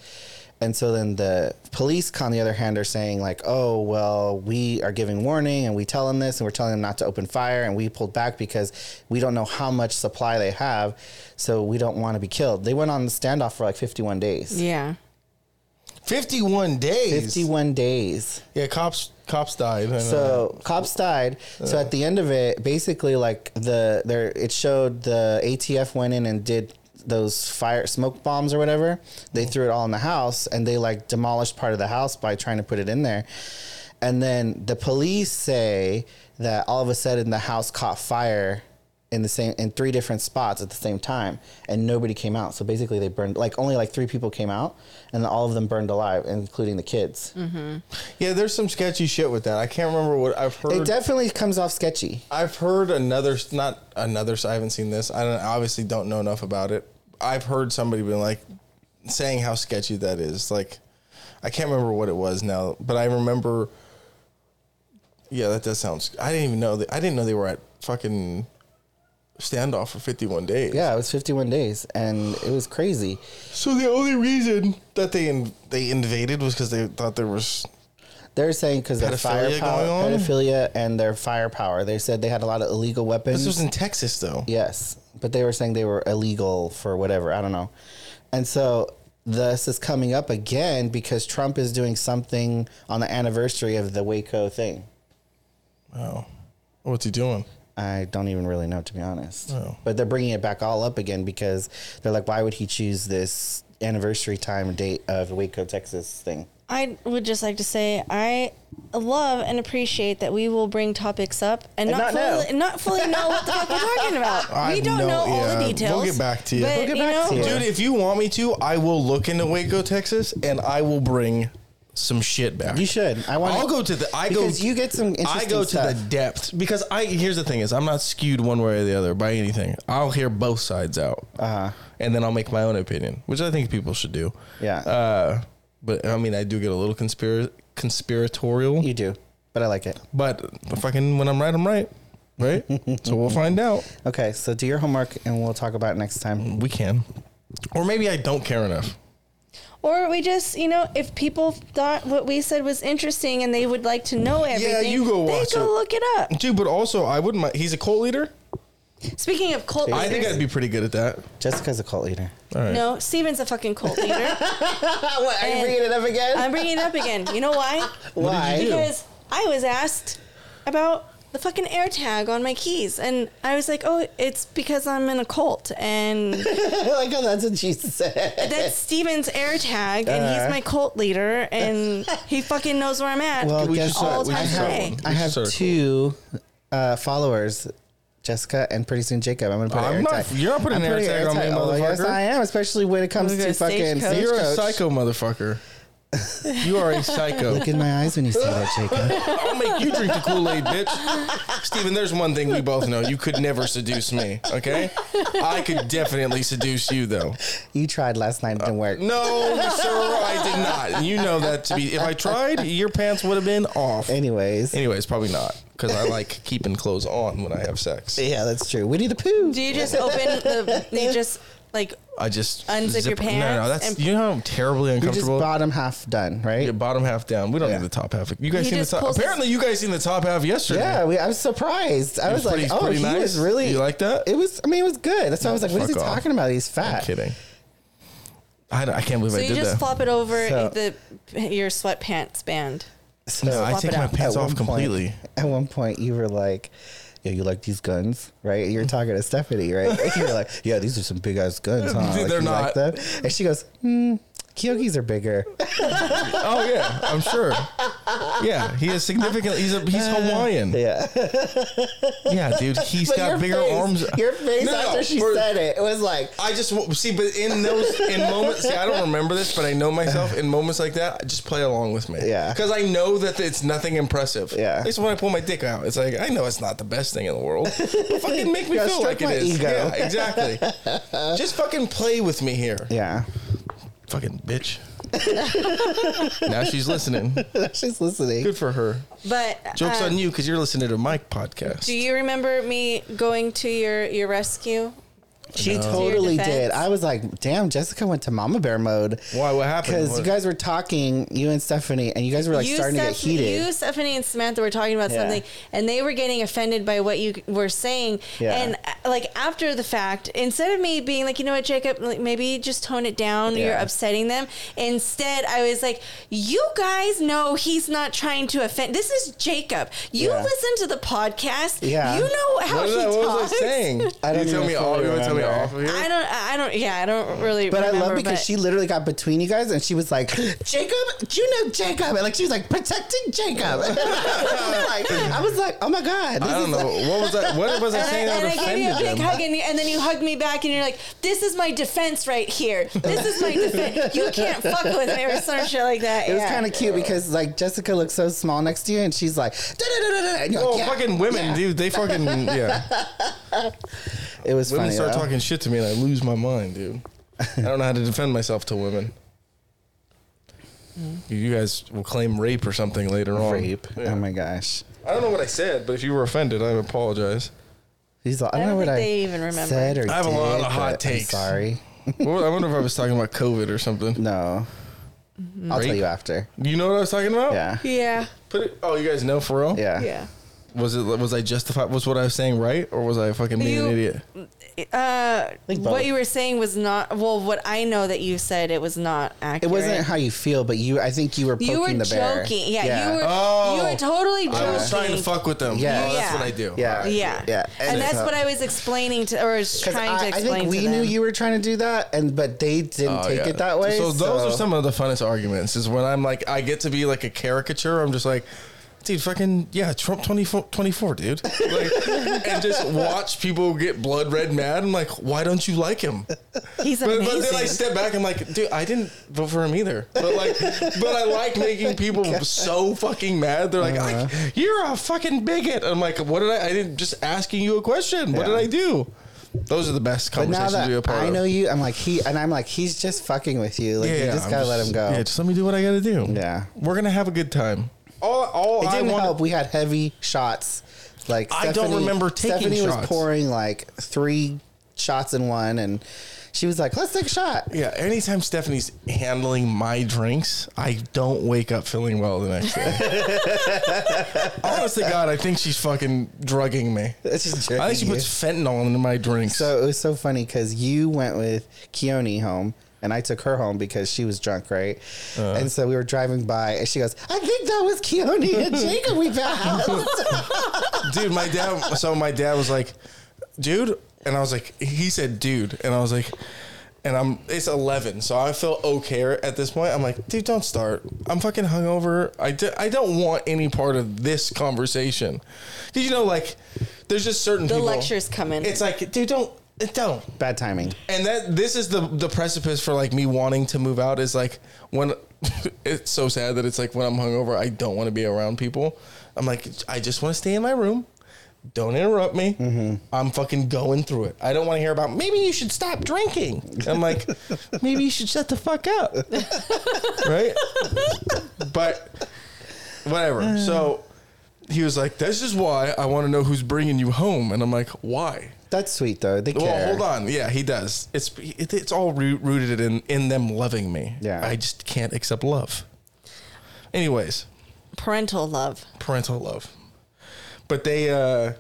B: And so then the police, on the other hand, are saying, like, oh, well, we are giving warning and we tell them this and we're telling them not to open fire. And we pulled back because we don't know how much supply they have. So we don't want to be killed. They went on the standoff for like 51 days.
C: yeah.
A: Fifty-one days.
B: 51 days.
A: Yeah, cops. Cops died. and, uh,
B: So cops died. So at the end of it, basically, like the there, it showed the ATF went in and did those fire smoke bombs or whatever. They threw it all in the house, and they like demolished part of the house by trying to put it in there. And then the police say that all of a sudden the house caught fire in the same in three different spots at the same time and nobody came out so basically they burned like only like three people came out and all of them burned alive including the kids
A: yeah, there's some sketchy shit with that. I can't remember what I've
B: it
A: heard.
B: definitely comes off sketchy
A: I've heard another, not another. I haven't seen this. I don't, I obviously don't know enough about it. I've heard somebody been like saying how sketchy that is. Like, I can't remember what it was now, but I remember. Yeah, that does sound. sc- I didn't even know. That, I didn't know they were at fucking standoff for 51 days.
B: Yeah, it was 51 days, and it was crazy.
A: So the only reason that they in, they invaded was because they thought there was
B: They're saying because their
A: Pedophilia
B: firepower,
A: going on?
B: pedophilia, and their firepower. They said they had a lot of illegal weapons.
A: This was in Texas, though.
B: yes, but they were saying they were illegal for whatever. I don't know. And so this is coming up again because Trump is doing something on the anniversary of the Waco thing.
A: Wow. Oh, What's he doing?
B: I don't even really know, to be honest.
A: Oh.
B: But they're bringing it back all up again because they're like, why would he choose this anniversary time date of Waco, Texas thing?
C: I would just like to say I love and appreciate that we will bring topics up and,
B: not
C: not,
B: know.
C: fully, not fully know what the fuck we're talking
A: <laughs>
C: about.
A: I
C: we don't
A: know-
C: know, all
A: yeah,
C: the
A: we'll
C: details.
A: get back to you.
C: But,
A: We'll
B: get
C: you
B: back
C: know,
B: to you. Yeah.
A: Dude, if you want me to, I will look into Waco, Texas, and I will bring some shit back.
B: You should. I want.
A: I'll go to the. I
B: because
A: go.
B: you get some. Interesting
A: I go to the depth because I. Here's the thing: is I'm not skewed one way or the other by anything. I'll hear both sides out, uh-huh. and then I'll make my own opinion, which I think people should do.
B: Yeah.
A: Uh, but I mean, I do get a little conspira- conspiratorial.
B: you do, but I like it.
A: But fucking, when I'm right, I'm right.
B: <laughs>
A: Right. so we'll find out.
B: Okay, so do your homework, and we'll talk about it next time.
A: We can. Or maybe I don't care enough.
C: Or we just, you know, if people thought what we said was interesting and they would like to know everything,
A: you go
C: they
A: watch
C: go
A: it.
C: look it up.
A: Dude, but also I wouldn't mind he's a cult leader.
C: Speaking of cult leaders,
A: I think I'd be pretty good at that.
B: Jessica's a cult leader.
A: All right.
C: no, Steven's a fucking cult leader.
B: <laughs> what, are
C: you bringing
B: it up again?
C: I'm bringing it up again. You know why?
A: Why?
B: Why?
A: you do?
C: Because I was asked about the fucking AirTag on my keys, and I was like, "Oh, it's because I'm in a cult,
B: <laughs>
C: and
B: like, oh, that's what she said.
A: <laughs>
C: that's Steven's AirTag, and
A: Uh-huh.
C: he's my cult leader, and he fucking knows where I'm at."
B: Well,
A: We
B: guess
A: should start-
B: what?
C: we
B: I
C: should start one.
B: have,
A: We
B: I
A: should
B: have
A: start a cult.
B: two uh, followers. Jessica and pretty soon Jacob. I'm gonna put an
A: I'm
B: air
A: not-
B: tag.
A: you're not putting
B: I'm
A: an air tag on me,
B: Oh, yes,
A: motherfucker.
B: I am, especially when it comes
C: Look
B: to
C: at
B: fucking
C: Stagecoach.
A: You're a
B: stagecoach.
A: psycho motherfucker. you are a psycho.
B: Look <laughs> in my eyes when you say that, Jacob.
A: <laughs> I'll make you drink the Kool-Aid, bitch. Steven, there's one thing we both know. You could never seduce me, okay? I could definitely seduce you though.
B: You tried last night, it didn't work.
A: No, sir, I did not. You know that to be if I tried, your pants would have been off.
B: Anyways,
A: Anyways, probably not. Because I like keeping clothes on when I have sex.
B: yeah, that's true. We need the poo.
C: Do you just open the? You just Like
A: I just
C: Unzip your
A: it- No,
C: pants
A: no, that's
C: and-
A: you know how terribly
B: You just
A: uncomfortable.
B: bottom half done, right?
A: Your bottom half down. We don't
B: Yeah.
A: need the top half. You guys
C: He
A: seen the
C: just
A: top?
C: pulls his-
A: Apparently, you guys seen the top half yesterday.
B: Yeah, we, I was surprised. I
A: It
B: was
A: was
B: like,
A: pretty-
B: oh,
A: pretty
B: he
A: nice.
B: was really.
A: You like that?
B: It was. I mean, it was good. That's why I was like, what is he
A: Fuck off.
B: talking about? He's
A: I'm
B: fat.
A: kidding. I, don't- I can't believe
C: so
A: I
C: you
A: did
C: just
A: that.
C: flop it over
B: So-
C: the your sweatpants band.
B: So
A: no, I
C: flop
A: take
C: it
A: my
C: out.
A: pants
B: at
A: off
B: one point-
A: completely.
B: at one point, you were like, "Yeah, you like these guns, right?" You're talking to Stephanie, right?
A: <laughs>
B: You're like, "Yeah, these are some big ass guns, huh?"
A: Dude,
B: Like,
A: they're
B: you
A: not.
B: like them? And she goes, "Hmm, Kyogis are
A: <laughs>
B: bigger."
A: oh yeah, I'm sure. Yeah, he is significant. He's a,
B: <laughs>
A: he's Hawaiian.
B: Yeah,
A: Yeah, dude, he's
B: <laughs> But
A: got
B: your
A: bigger
B: face-
A: arms.
B: Your face
A: No, no,
B: after she
A: we're-
B: said it, it was like,
A: I just w- see, but in those in moments, see, I don't remember this, but I know myself in moments like that. Just play along with me,
B: Yeah.
A: because I know that it's nothing impressive.
B: Yeah.
A: it's when I pull my dick out. It's like I know it's not the best thing in the world. But fucking
B: <laughs>
A: make me
B: Yeah,
A: feel like
B: stroke
A: it
B: my
A: is.
B: ego.
A: Yeah,
B: <laughs>
A: exactly. just fucking play with me here,
B: "Yeah." <laughs>
A: fucking bitch. <laughs> now she's listening.
B: She's listening.
A: Good for her.
C: But
A: Jokes
C: uh,
A: on you because you're listening to my podcast.
C: Do you remember me going to your your rescue?
B: She
C: To your
B: totally
C: defense?
B: did. I was like, damn, Jessica went to mama bear mode.
A: Why? What happened?
B: Because
A: What-
B: you guys were talking, you and Stephanie, and you guys were like
C: you,
B: starting to get
C: Steph-
B: heated.
C: you, Stephanie, and Samantha were talking about
B: Yeah.
C: something, and they were getting offended by what you were saying.
B: Yeah.
C: And uh, like after the fact, instead of me being like, you know what, Jacob, like, maybe just tone it down. You're
B: Yeah.
C: upsetting them. Instead, I was like, you guys know he's not trying to offend. This is Jacob. You
B: Yeah.
C: listen to the podcast.
B: Yeah.
C: You know how
A: What,
C: he
A: was I- what was
C: talks.
A: I saying?
B: I don't
A: you tell
B: even
A: me all.
B: fully
A: You want to tell me
B: remember.
A: off of here?
C: I don't. I don't. Yeah, I don't really.
B: but I
C: remember,
B: love because
C: but-
B: she literally got between you guys and she was like, Jacob, do you know Jacob? And like she was like protecting Jacob. <laughs> I, was like, I was like, oh my God. this
A: I don't
B: is
A: know. What was I? What was I saying
C: and,
A: that
C: I gave you a
A: offended
C: big
A: them?
C: hug, and, you, and then you hugged me back, and you're like, "This is my defense right here. This is my defense. You can't fuck with me or some shit like that."
B: It was
C: yeah.
B: kind of cute because like Jessica looks so small next to you and she's like, da da da da da. And you're
A: Oh,
B: like, yeah.
A: fucking women,
B: yeah."
A: dude. They
C: <laughs>
A: fucking yeah.
B: It was
A: Women
B: funny.
A: start
B: though.
A: talking shit to me, and I lose my mind, dude. I don't know how to defend myself to women. You guys will claim rape or something later on.
B: Rape.
A: Yeah.
B: Oh my gosh.
A: I don't know what I said, but if you were offended, I apologize.
B: He's like, I don't,
C: I
B: know
C: don't
B: what
C: think
B: I
C: they even remember.
B: said or
A: I have a lot
B: did,
A: of hot
B: but I'm
A: takes.
B: sorry.
A: Well, I wonder if I was talking about COVID or something.
B: No.
C: Mm-hmm.
B: I'll
A: Rape?
B: tell you after.
A: You know what I was talking about?
B: Yeah.
C: Yeah.
A: Put it. Oh, you guys know for real?
B: Yeah.
C: Oh, Yeah.
A: Was it? Was I justified? Was what I was saying right, or was I fucking being an
C: You-
A: idiot?
C: Uh,
B: think
C: what
B: both.
C: you were saying was not well. What I know that you said it was not accurate.
B: It wasn't how you feel, but you I think you were poking
C: You were
B: the bear.
C: joking. Yeah, You were.
A: Oh.
C: you were totally joking.
A: I was trying to fuck with them.
B: Yeah.
A: Oh, that's
C: Yeah.
A: what I do.
B: Yeah.
A: All right.
C: Yeah.
B: Yeah.
C: And,
B: And
C: that's
B: so-
C: what I was explaining to, or was
B: Because
C: trying to
B: I, I
C: explain.
B: think
C: to
B: we
C: them.
B: knew you were trying to do that, and but they didn't
A: Oh,
B: take
A: yeah.
B: it that way.
A: So those are some of the funnest arguments. Is when I'm like, I get to be like a caricature. I'm just like, dude, fucking yeah, Trump 24, 24 dude, like, and just watch people get blood red mad. I'm like, why don't you like him?
C: He's
A: But,
C: amazing.
A: but then I step back. I'm like, dude, I didn't vote for him either. But like, but I like making
B: <laughs>
A: people so fucking mad. They're like,
B: Uh-huh.
A: I, you're a fucking bigot. I'm like, what did I? I didn't just asking you a question. What
B: Yeah.
A: did I do? Those are the best
B: But now
A: conversations to
B: that
A: be a part
B: I
A: of.
B: know you, I'm like he, and I'm like he's just fucking with you. Like you just
A: I'm
B: gotta let him go.
A: Yeah, just let me do what I gotta do.
B: Yeah.
A: we're gonna have a good time. All, all
B: it
A: I
B: didn't
A: want.
B: help. We had heavy shots. Like
A: I don't
B: Stephanie-
A: remember taking
B: Stephanie
A: shots.
B: was pouring like three shots in one, and she was like, "Let's take a shot."
A: Yeah, anytime Stephanie's handling my drinks, I don't wake up feeling well the next day.
B: <laughs>
A: Honest to God, I think she's fucking drugging me.
B: It's just
A: I
B: joking
A: think she
B: you.
A: puts fentanyl into my drinks.
B: So it was so funny because you went with Keone home and I took her home because she was drunk, right? and so we were driving by and she goes, I think that was Keone and Jacob we <laughs> passed.
A: dude, my dad. So my dad was like, "Dude," and I was like, "He said, dude," and I was like, and I'm it's eleven, so I feel okay at this point. I'm like, dude, don't start. I'm fucking hungover. I do, I don't want any part of this conversation. Did you know like there's just certain
C: The
A: people-
C: lectures come in.
A: It's like, dude, don't don't
B: Bad timing.
A: and that this is the the precipice for like me wanting to move out is like when <laughs> it's so sad that it's like when I'm hungover I don't want to be around people. I'm like I just want to stay in my room. Don't interrupt me. I'm fucking going through it. I don't want to hear about maybe you should stop drinking. I'm like maybe you should shut the fuck up. right? But whatever. so he was like, "This is why I want to know who's bringing you home." And I'm like, "Why?"
B: That's sweet though. They care.
A: Well, hold on. Yeah, he does. It's it, it's all roo- rooted in in them loving me.
B: Yeah.
A: I just can't accept love. Anyways,
C: Parental love.
A: parental love. But they uh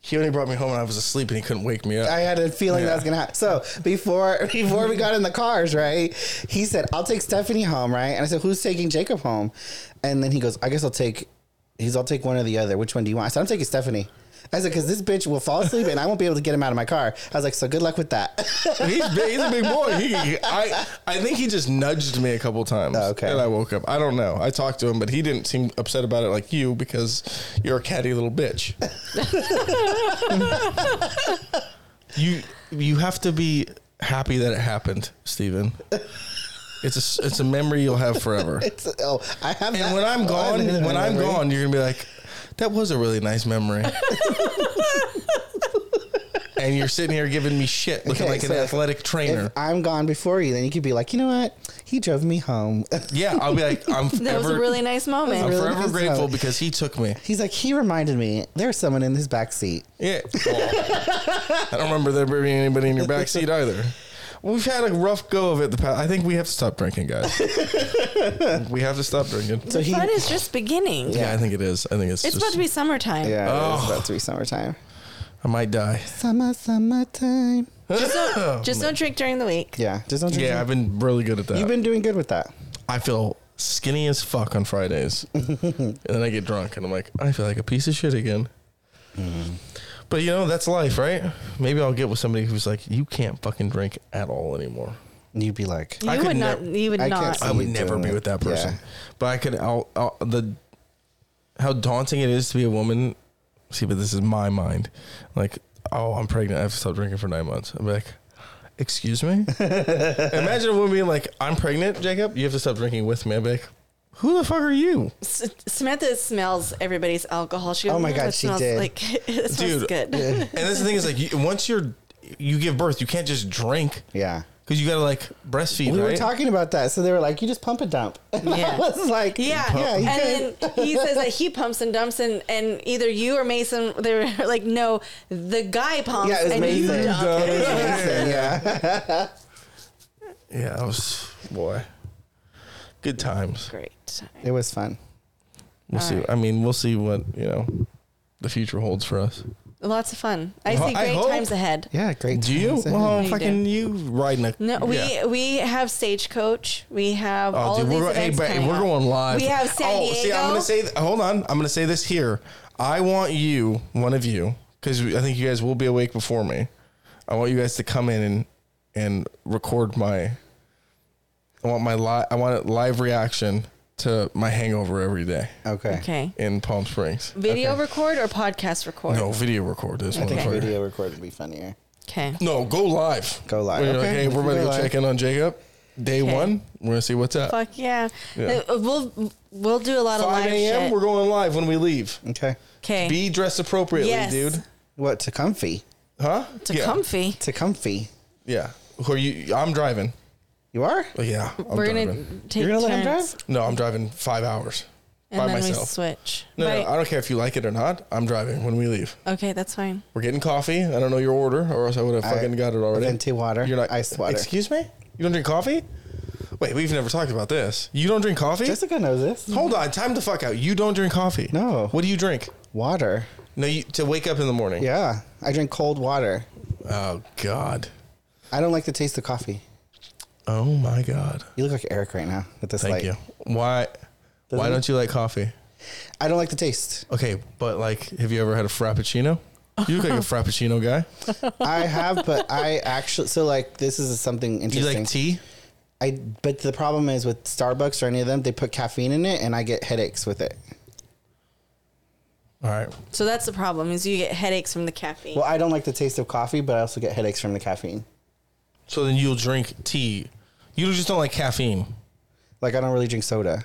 A: he only brought me home and I was asleep and he couldn't wake me up.
B: I had a feeling that was
A: Yeah.
B: gonna happen. So before <laughs> before we got in the cars, right? He said, "I'll take Stephanie home," right? And I said, "Who's taking Jacob home?" And then he goes, "I guess I'll take." He's, "I'll take one or the other. Which one do you want?" I said, "I'm taking Stephanie." I said, "Cause this bitch will fall asleep and I won't be able to get him out of my car." I was like, "So good luck with that." <laughs>
A: he's, big, he's a big boy. He, I I think he just nudged me a couple times.
B: Oh, okay.
A: And I woke up. I don't know. I talked to him, but he didn't seem upset about it like you because you're a catty little bitch. <laughs> you you have to be happy that it happened, Steven. It's a s- it's a memory you'll have forever.
B: it's, oh, I have.
A: And
B: that
A: when
B: <laughs>
A: I'm
B: one
A: gone,
B: in
A: when I'm
B: memory.
A: gone, you're gonna be like, that was a really nice
B: <laughs>
A: memory. and you're sitting here giving me shit, looking
B: Okay,
A: like an
B: so if-
A: athletic trainer.
B: if I'm gone before you, then you could be like, you know what? He drove me home. <laughs>
A: yeah, I'll be like, I'm
C: That was
A: forever,
C: a really nice moment.
A: I'm
B: really
A: forever
B: nice
A: grateful
B: moment.
A: because he took me.
B: He's like, he reminded me there's someone in his back seat.
A: Yeah, Well, I don't remember there being anybody in your back seat either. We've had a rough go of it. The past, I think we have to stop drinking,
B: <laughs>
A: guys. we have to stop drinking.
B: So he,
C: Fun is just beginning.
A: Yeah, I think it is. I think it's,
C: It's
A: just.
C: about to be summertime.
B: yeah, it's
A: Oh.
B: about to be summertime.
A: I might die.
B: Summer, summertime.
C: Just don't, just don't drink during the week.
B: Yeah, just don't drink.
A: Yeah, I've been really good at that.
B: You've been doing good with that.
A: I feel skinny as fuck on Fridays. and then I get drunk and I'm like, I feel like a piece of shit again. But you know, that's life, right? Maybe I'll get with somebody who's like, you can't fucking drink at all anymore.
B: And You'd be like,
A: I
C: You
A: could
C: would not.
A: nev-
C: You would
B: I can't
C: not.
B: see-
A: I would
B: you
A: never
B: doing
A: be
B: it.
A: with that person.
B: Yeah.
A: But I could, I'll, I'll, the, how daunting it is to be a woman. See, but this is my mind. Like, oh, I'm pregnant. I've stopped drinking for nine months. I'm like, excuse
B: <laughs>
A: me? Imagine a woman being like, I'm pregnant, Jacob. You have to stop drinking with me. I'm like, who the fuck are you?
C: S- Samantha smells everybody's alcohol. She goes,
B: Oh my
C: "Mm,
B: God,
C: it
B: she
C: smells
B: did.
C: Like <laughs> it smells
A: Dude.
C: good. <laughs>
A: And that's the thing is like you, once you're you give birth, you can't just drink
B: yeah.
A: because you gotta like breastfeed.
B: We
A: right?
B: were talking about that, so they were like, "You just pump and dump." <laughs> And
C: Yeah.
B: <laughs> I was like,
C: Yeah,
B: yeah." You
C: and then he says that he pumps and dumps, and, and either you or Mason, they were <laughs> like, no, the guy pumps
B: Yeah, it was
C: and you
B: Mason.
C: dump.
B: It was amazing, yeah.
A: yeah, I was boy. Good times.
C: Great.
B: It was fun.
A: We'll see. I mean, we'll see what you know the future holds for us.
C: Lots of fun. I
A: Well,
C: see
A: I
C: great
A: hope-
C: times ahead.
B: Yeah, great.
A: Do you?
B: times.
A: Well,
C: do.
A: fucking you riding a
C: No, we
A: Yeah. Oh,
C: we have stagecoach. We have all of these
A: we're, hey,
C: events
A: but
C: coming
A: we're
C: up.
A: going live.
C: We have San
A: oh, see, I'm gonna
C: Diego.
A: say. th- hold on, I'm gonna say this here. I want you, one of you, because I think you guys will be awake before me. I want you guys to come in and and record my. I want my live. I want a live reaction to my hangover every day
B: Okay.
C: Okay.
A: in Palm Springs.
C: Video record or podcast record?
A: No video record this
B: I think
A: motherfucker.
B: video record would be funnier.
C: Okay.
A: No, go live.
B: Go live.
A: When you're like,
B: Okay,
A: hey,
B: we can
A: everybody,
B: go
A: go
B: live.
A: check in on Jacob. Day
C: Okay.
A: one, we're gonna see what's up.
C: Fuck yeah.
A: Yeah.
C: Uh, We'll we'll do a lot of
A: Five
C: live
A: a.m. We're
C: shit.
A: going live when we leave.
B: Okay.
C: Okay.
A: Be dressed appropriately,
C: Yes.
A: dude.
B: What to comfy?
A: Huh?
C: to
A: yeah.
C: comfy.
B: To comfy.
A: Yeah. Who are you? I'm driving.
B: You are.
A: Oh, Yeah, I'm
C: we're
A: driving.
C: gonna take
B: You're gonna let him
C: turns
A: no, I'm driving five hours
C: and
A: by
C: then we
A: myself.
C: switch.
A: No,
C: Right.
A: no, I don't care if you like it or not. I'm driving when we leave.
C: Okay, that's fine.
A: We're getting coffee. I don't know your order, or else I would have fucking got it already.
B: venti water,
A: You're not
B: iced water.
A: Excuse me. You don't drink coffee? Wait, we've never talked about this. You don't drink coffee?
B: Jessica knows this.
A: Hold on, time the fuck out. You don't drink coffee.
B: No.
A: What do you drink?
B: Water.
A: No, you, to wake up in the morning.
B: Yeah, I drink cold water.
A: Oh God.
B: I don't like the taste of coffee.
A: Oh my God.
B: You look like Eric right now with this
A: Thank
B: light.
A: you. Why? Why
B: it-
A: don't you like coffee?
B: I don't like the taste.
A: Okay, but like, have you ever had a frappuccino? You look like
B: <laughs>
A: a frappuccino guy.
B: I have, but I actually so like this is something
A: Do you
B: interesting.
A: like tea?
B: I but the problem is with Starbucks or any of them, they put caffeine in it, and I get headaches with it.
A: All right.
C: So that's the problem is you get headaches from the caffeine.
B: Well, I don't like the taste of coffee, but I also get headaches from the caffeine.
A: So then you'll drink tea. You just don't like caffeine.
B: Like I don't really drink soda,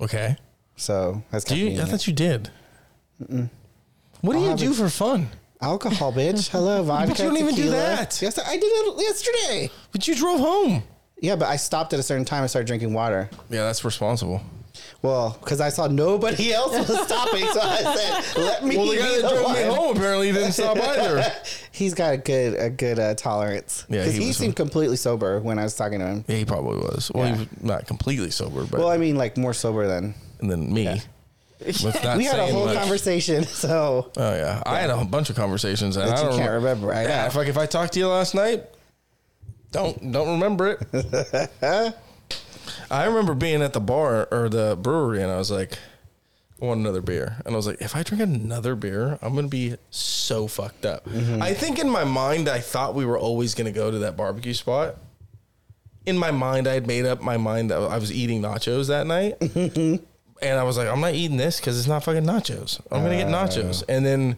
A: Okay.
B: so that's
A: Do
B: caffeine.
A: you? I
B: in it.
A: thought you did. What do
B: I'll
A: you
B: have
A: do
B: it-
A: for fun? <laughs>
B: Alcohol, bitch. Hello, vodka.
A: don't even do
B: tequila.
A: that.
B: Yes, I did it yesterday.
A: But you drove home.
B: Yeah, but I stopped at a certain time. I started drinking water.
A: Yeah, that's responsible.
B: Well, because I saw nobody <laughs> else was stopping, so I said, "Let me."
A: Well,
B: <laughs>
A: the guy
B: be
A: that
B: the
A: drove me
B: one.
A: home apparently didn't
B: <laughs>
A: stop either.
B: He's got a good a good uh, tolerance.
A: Yeah,
B: 'Cause
A: he
B: he,
A: was-
B: seemed completely sober when I was talking to him.
A: Yeah, he probably was. Well,
B: Yeah.
A: he was not completely sober, but
B: Well, I mean, like more sober than
A: and then me. With not
B: <laughs> we had a
A: saying
B: whole
A: much.
B: conversation. <laughs> So
A: Oh yeah. I had a bunch of conversations and
B: That
A: I
B: you
A: don't
B: can't
A: rem-
B: remember, I
A: yeah,
B: know.
A: if like if I talked to you last night, don't don't remember it.
B: <laughs>
A: I remember being at the bar or the brewery and I was like, I want another beer. And I was like, if I drink another beer, I'm gonna be so fucked up.
B: Mm-hmm.
A: I think in my mind I thought we were always gonna go to that barbecue spot. In my mind, I had made up my mind that I was eating nachos that
B: <laughs>
A: night. and I was like, I'm not eating this because it's not fucking nachos. I'm gonna get
B: Ah.
A: nachos. And then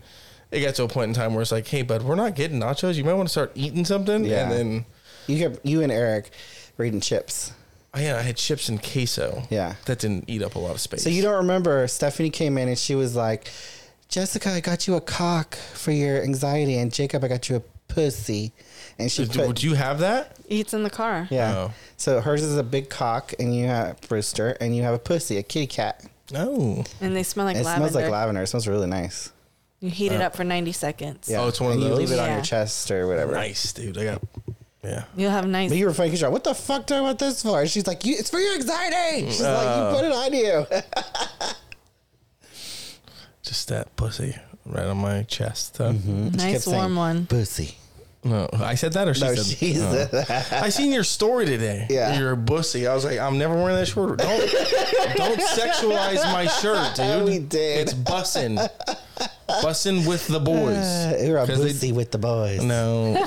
A: it got to a point in time where it's like, hey, bud, we're not getting nachos. You might want to start eating something.
B: Yeah.
A: And then
B: you kept, you and Eric reading chips.
A: oh, yeah, I had chips and queso.
B: Yeah.
A: that didn't eat up a lot of space.
B: So you don't remember? Stephanie came in and she was like, "Jessica, I got you a cock for your anxiety, and Jacob, I got you a pussy." And she
A: Did-
B: put,
A: Would you have that?
C: Eats in the car.
B: yeah.
A: Oh.
B: So hers is a big cock, and you have Brewster, and you have a pussy, a kitty cat.
A: No.
C: And they smell like
B: it
C: lavender.
B: smells like lavender. It smells really nice.
C: you heat it up for 90 seconds.
B: Yeah.
A: Oh, it's one of
B: and You leave
A: those?
B: it on
C: Yeah.
B: your chest or whatever.
A: Nice, dude. I got. Yeah.
C: You'll have nice.
B: But you were fucking like, What the fuck do I want this for? And she's like, you, it's for your anxiety. She's
A: Uh.
B: like, you put it on
A: <laughs>
B: you.
A: Just that pussy right on my chest. Huh?
B: She
C: nice
B: kept saying,
C: warm one.
B: Pussy.
A: No, I said that or she
B: No,
A: said. Oh.
B: she's
A: I seen your story today.
B: Yeah.
A: You're a pussy. I was like, I'm never wearing that shirt. Don't
B: <laughs>
A: don't sexualize my shirt, dude.
B: We did.
A: It's bussin'. bussin' with the boys.
B: <laughs> Uh, you're a
A: 'Cause they-
B: pussy with the
A: <laughs>
B: boys. <laughs>
A: No.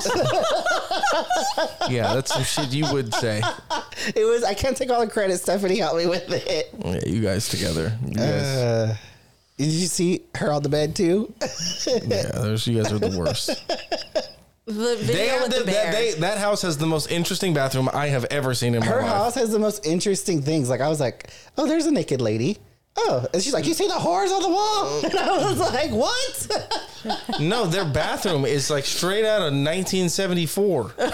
A: yeah, that's some shit you would say.
B: It was. I can't take all the credit. Stephanie helped me with
A: <laughs>
B: it.
A: Yeah, you guys together. You guys,
B: Uh, did you see her on the bed
A: <laughs>
B: too?
A: yeah, those you guys are the worst.
C: The video
A: They have
C: with
A: the,
C: the,
A: that,
C: bear.
A: they, that house has the most interesting bathroom I have ever seen in my
B: Her
A: life.
B: house has the most interesting things. Like I was like, oh, there's a naked lady. Oh, and she's like, you see the whores on the wall? <laughs> And I was like, what?
A: No, their bathroom is like straight out of
B: <laughs>
A: 1974. Dude, uh,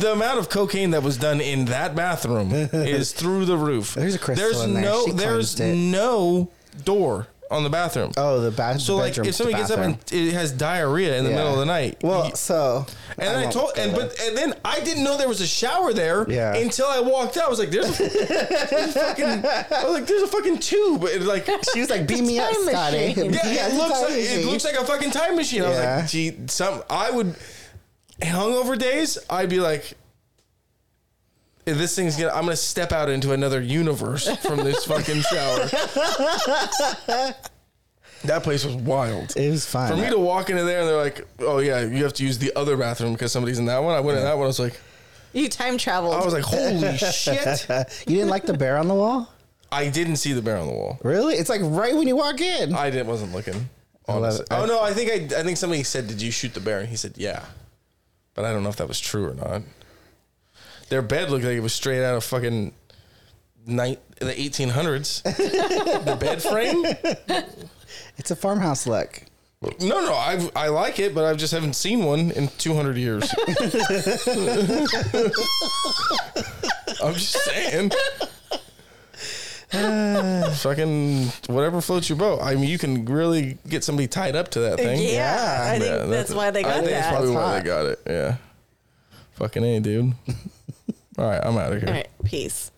A: the amount of cocaine that was done in that bathroom
B: <laughs>
A: is through the roof.
B: There's a crystal
A: There's
B: in there.
A: no
B: She
A: there's
B: cleansed it.
A: no door on the bathroom.
B: Oh, the, ba-
A: so
B: the
A: like
B: bedroom.
A: if somebody
B: the
A: gets up and
B: bathroom.
A: it has diarrhea in the
B: Yeah.
A: middle of the night.
B: well,
A: you-
B: so
A: and then I
B: won't
A: told
B: go
A: and
B: there.
A: but and then I didn't know there was a shower there
B: Yeah.
A: until I walked out. I was like, there's a, there's a fucking I was like, there's a fucking tube. It, like
B: she was like, beat me up,
C: time
B: Scotty.
C: machine.
B: Beat me
A: yeah,
B: up,
A: it looks like,
B: Scotty.
A: it looks like a fucking time machine. I was
B: Yeah.
A: like, gee, some I would hungover days. I'd be like, "If this thing's gonna. I'm gonna step out into another universe from this fucking shower. that place was wild.
B: It was fine.
A: For me to walk into there and they're like, "Oh yeah, you have to use the other bathroom because somebody's in that one." I went in that one. I was like,
C: you time traveled.
A: I was like,
B: <laughs>
A: "Holy shit!"
B: Uh, you didn't like the bear on the wall?
A: I didn't see the bear on the wall.
B: Really? It's like right when you walk in.
A: I didn't. Wasn't looking.
B: love
A: honestly.
B: it.
A: Oh no! I think I. I think somebody said, "Did you shoot the bear?" And he said, "Yeah," but I don't know if that was true or not. Their bed looked like it was straight out of fucking night the eighteen
B: <laughs>
A: hundreds. the bed frame.
B: It's a farmhouse look.
A: No, no, I I like it, but I just haven't seen one in two hundred
B: <laughs>
A: years. I'm just saying. <sighs> fucking whatever floats your boat. I mean, you can really get somebody tied up to that thing.
C: <laughs> yeah, I think
A: Yeah,
C: that's, why they
A: I
C: got
A: think That's
C: that.
A: probably
B: That's
A: why
B: hot. <laughs>
A: they got it. Yeah. Fucking a, dude. All right, I'm out of here.
C: All right, peace.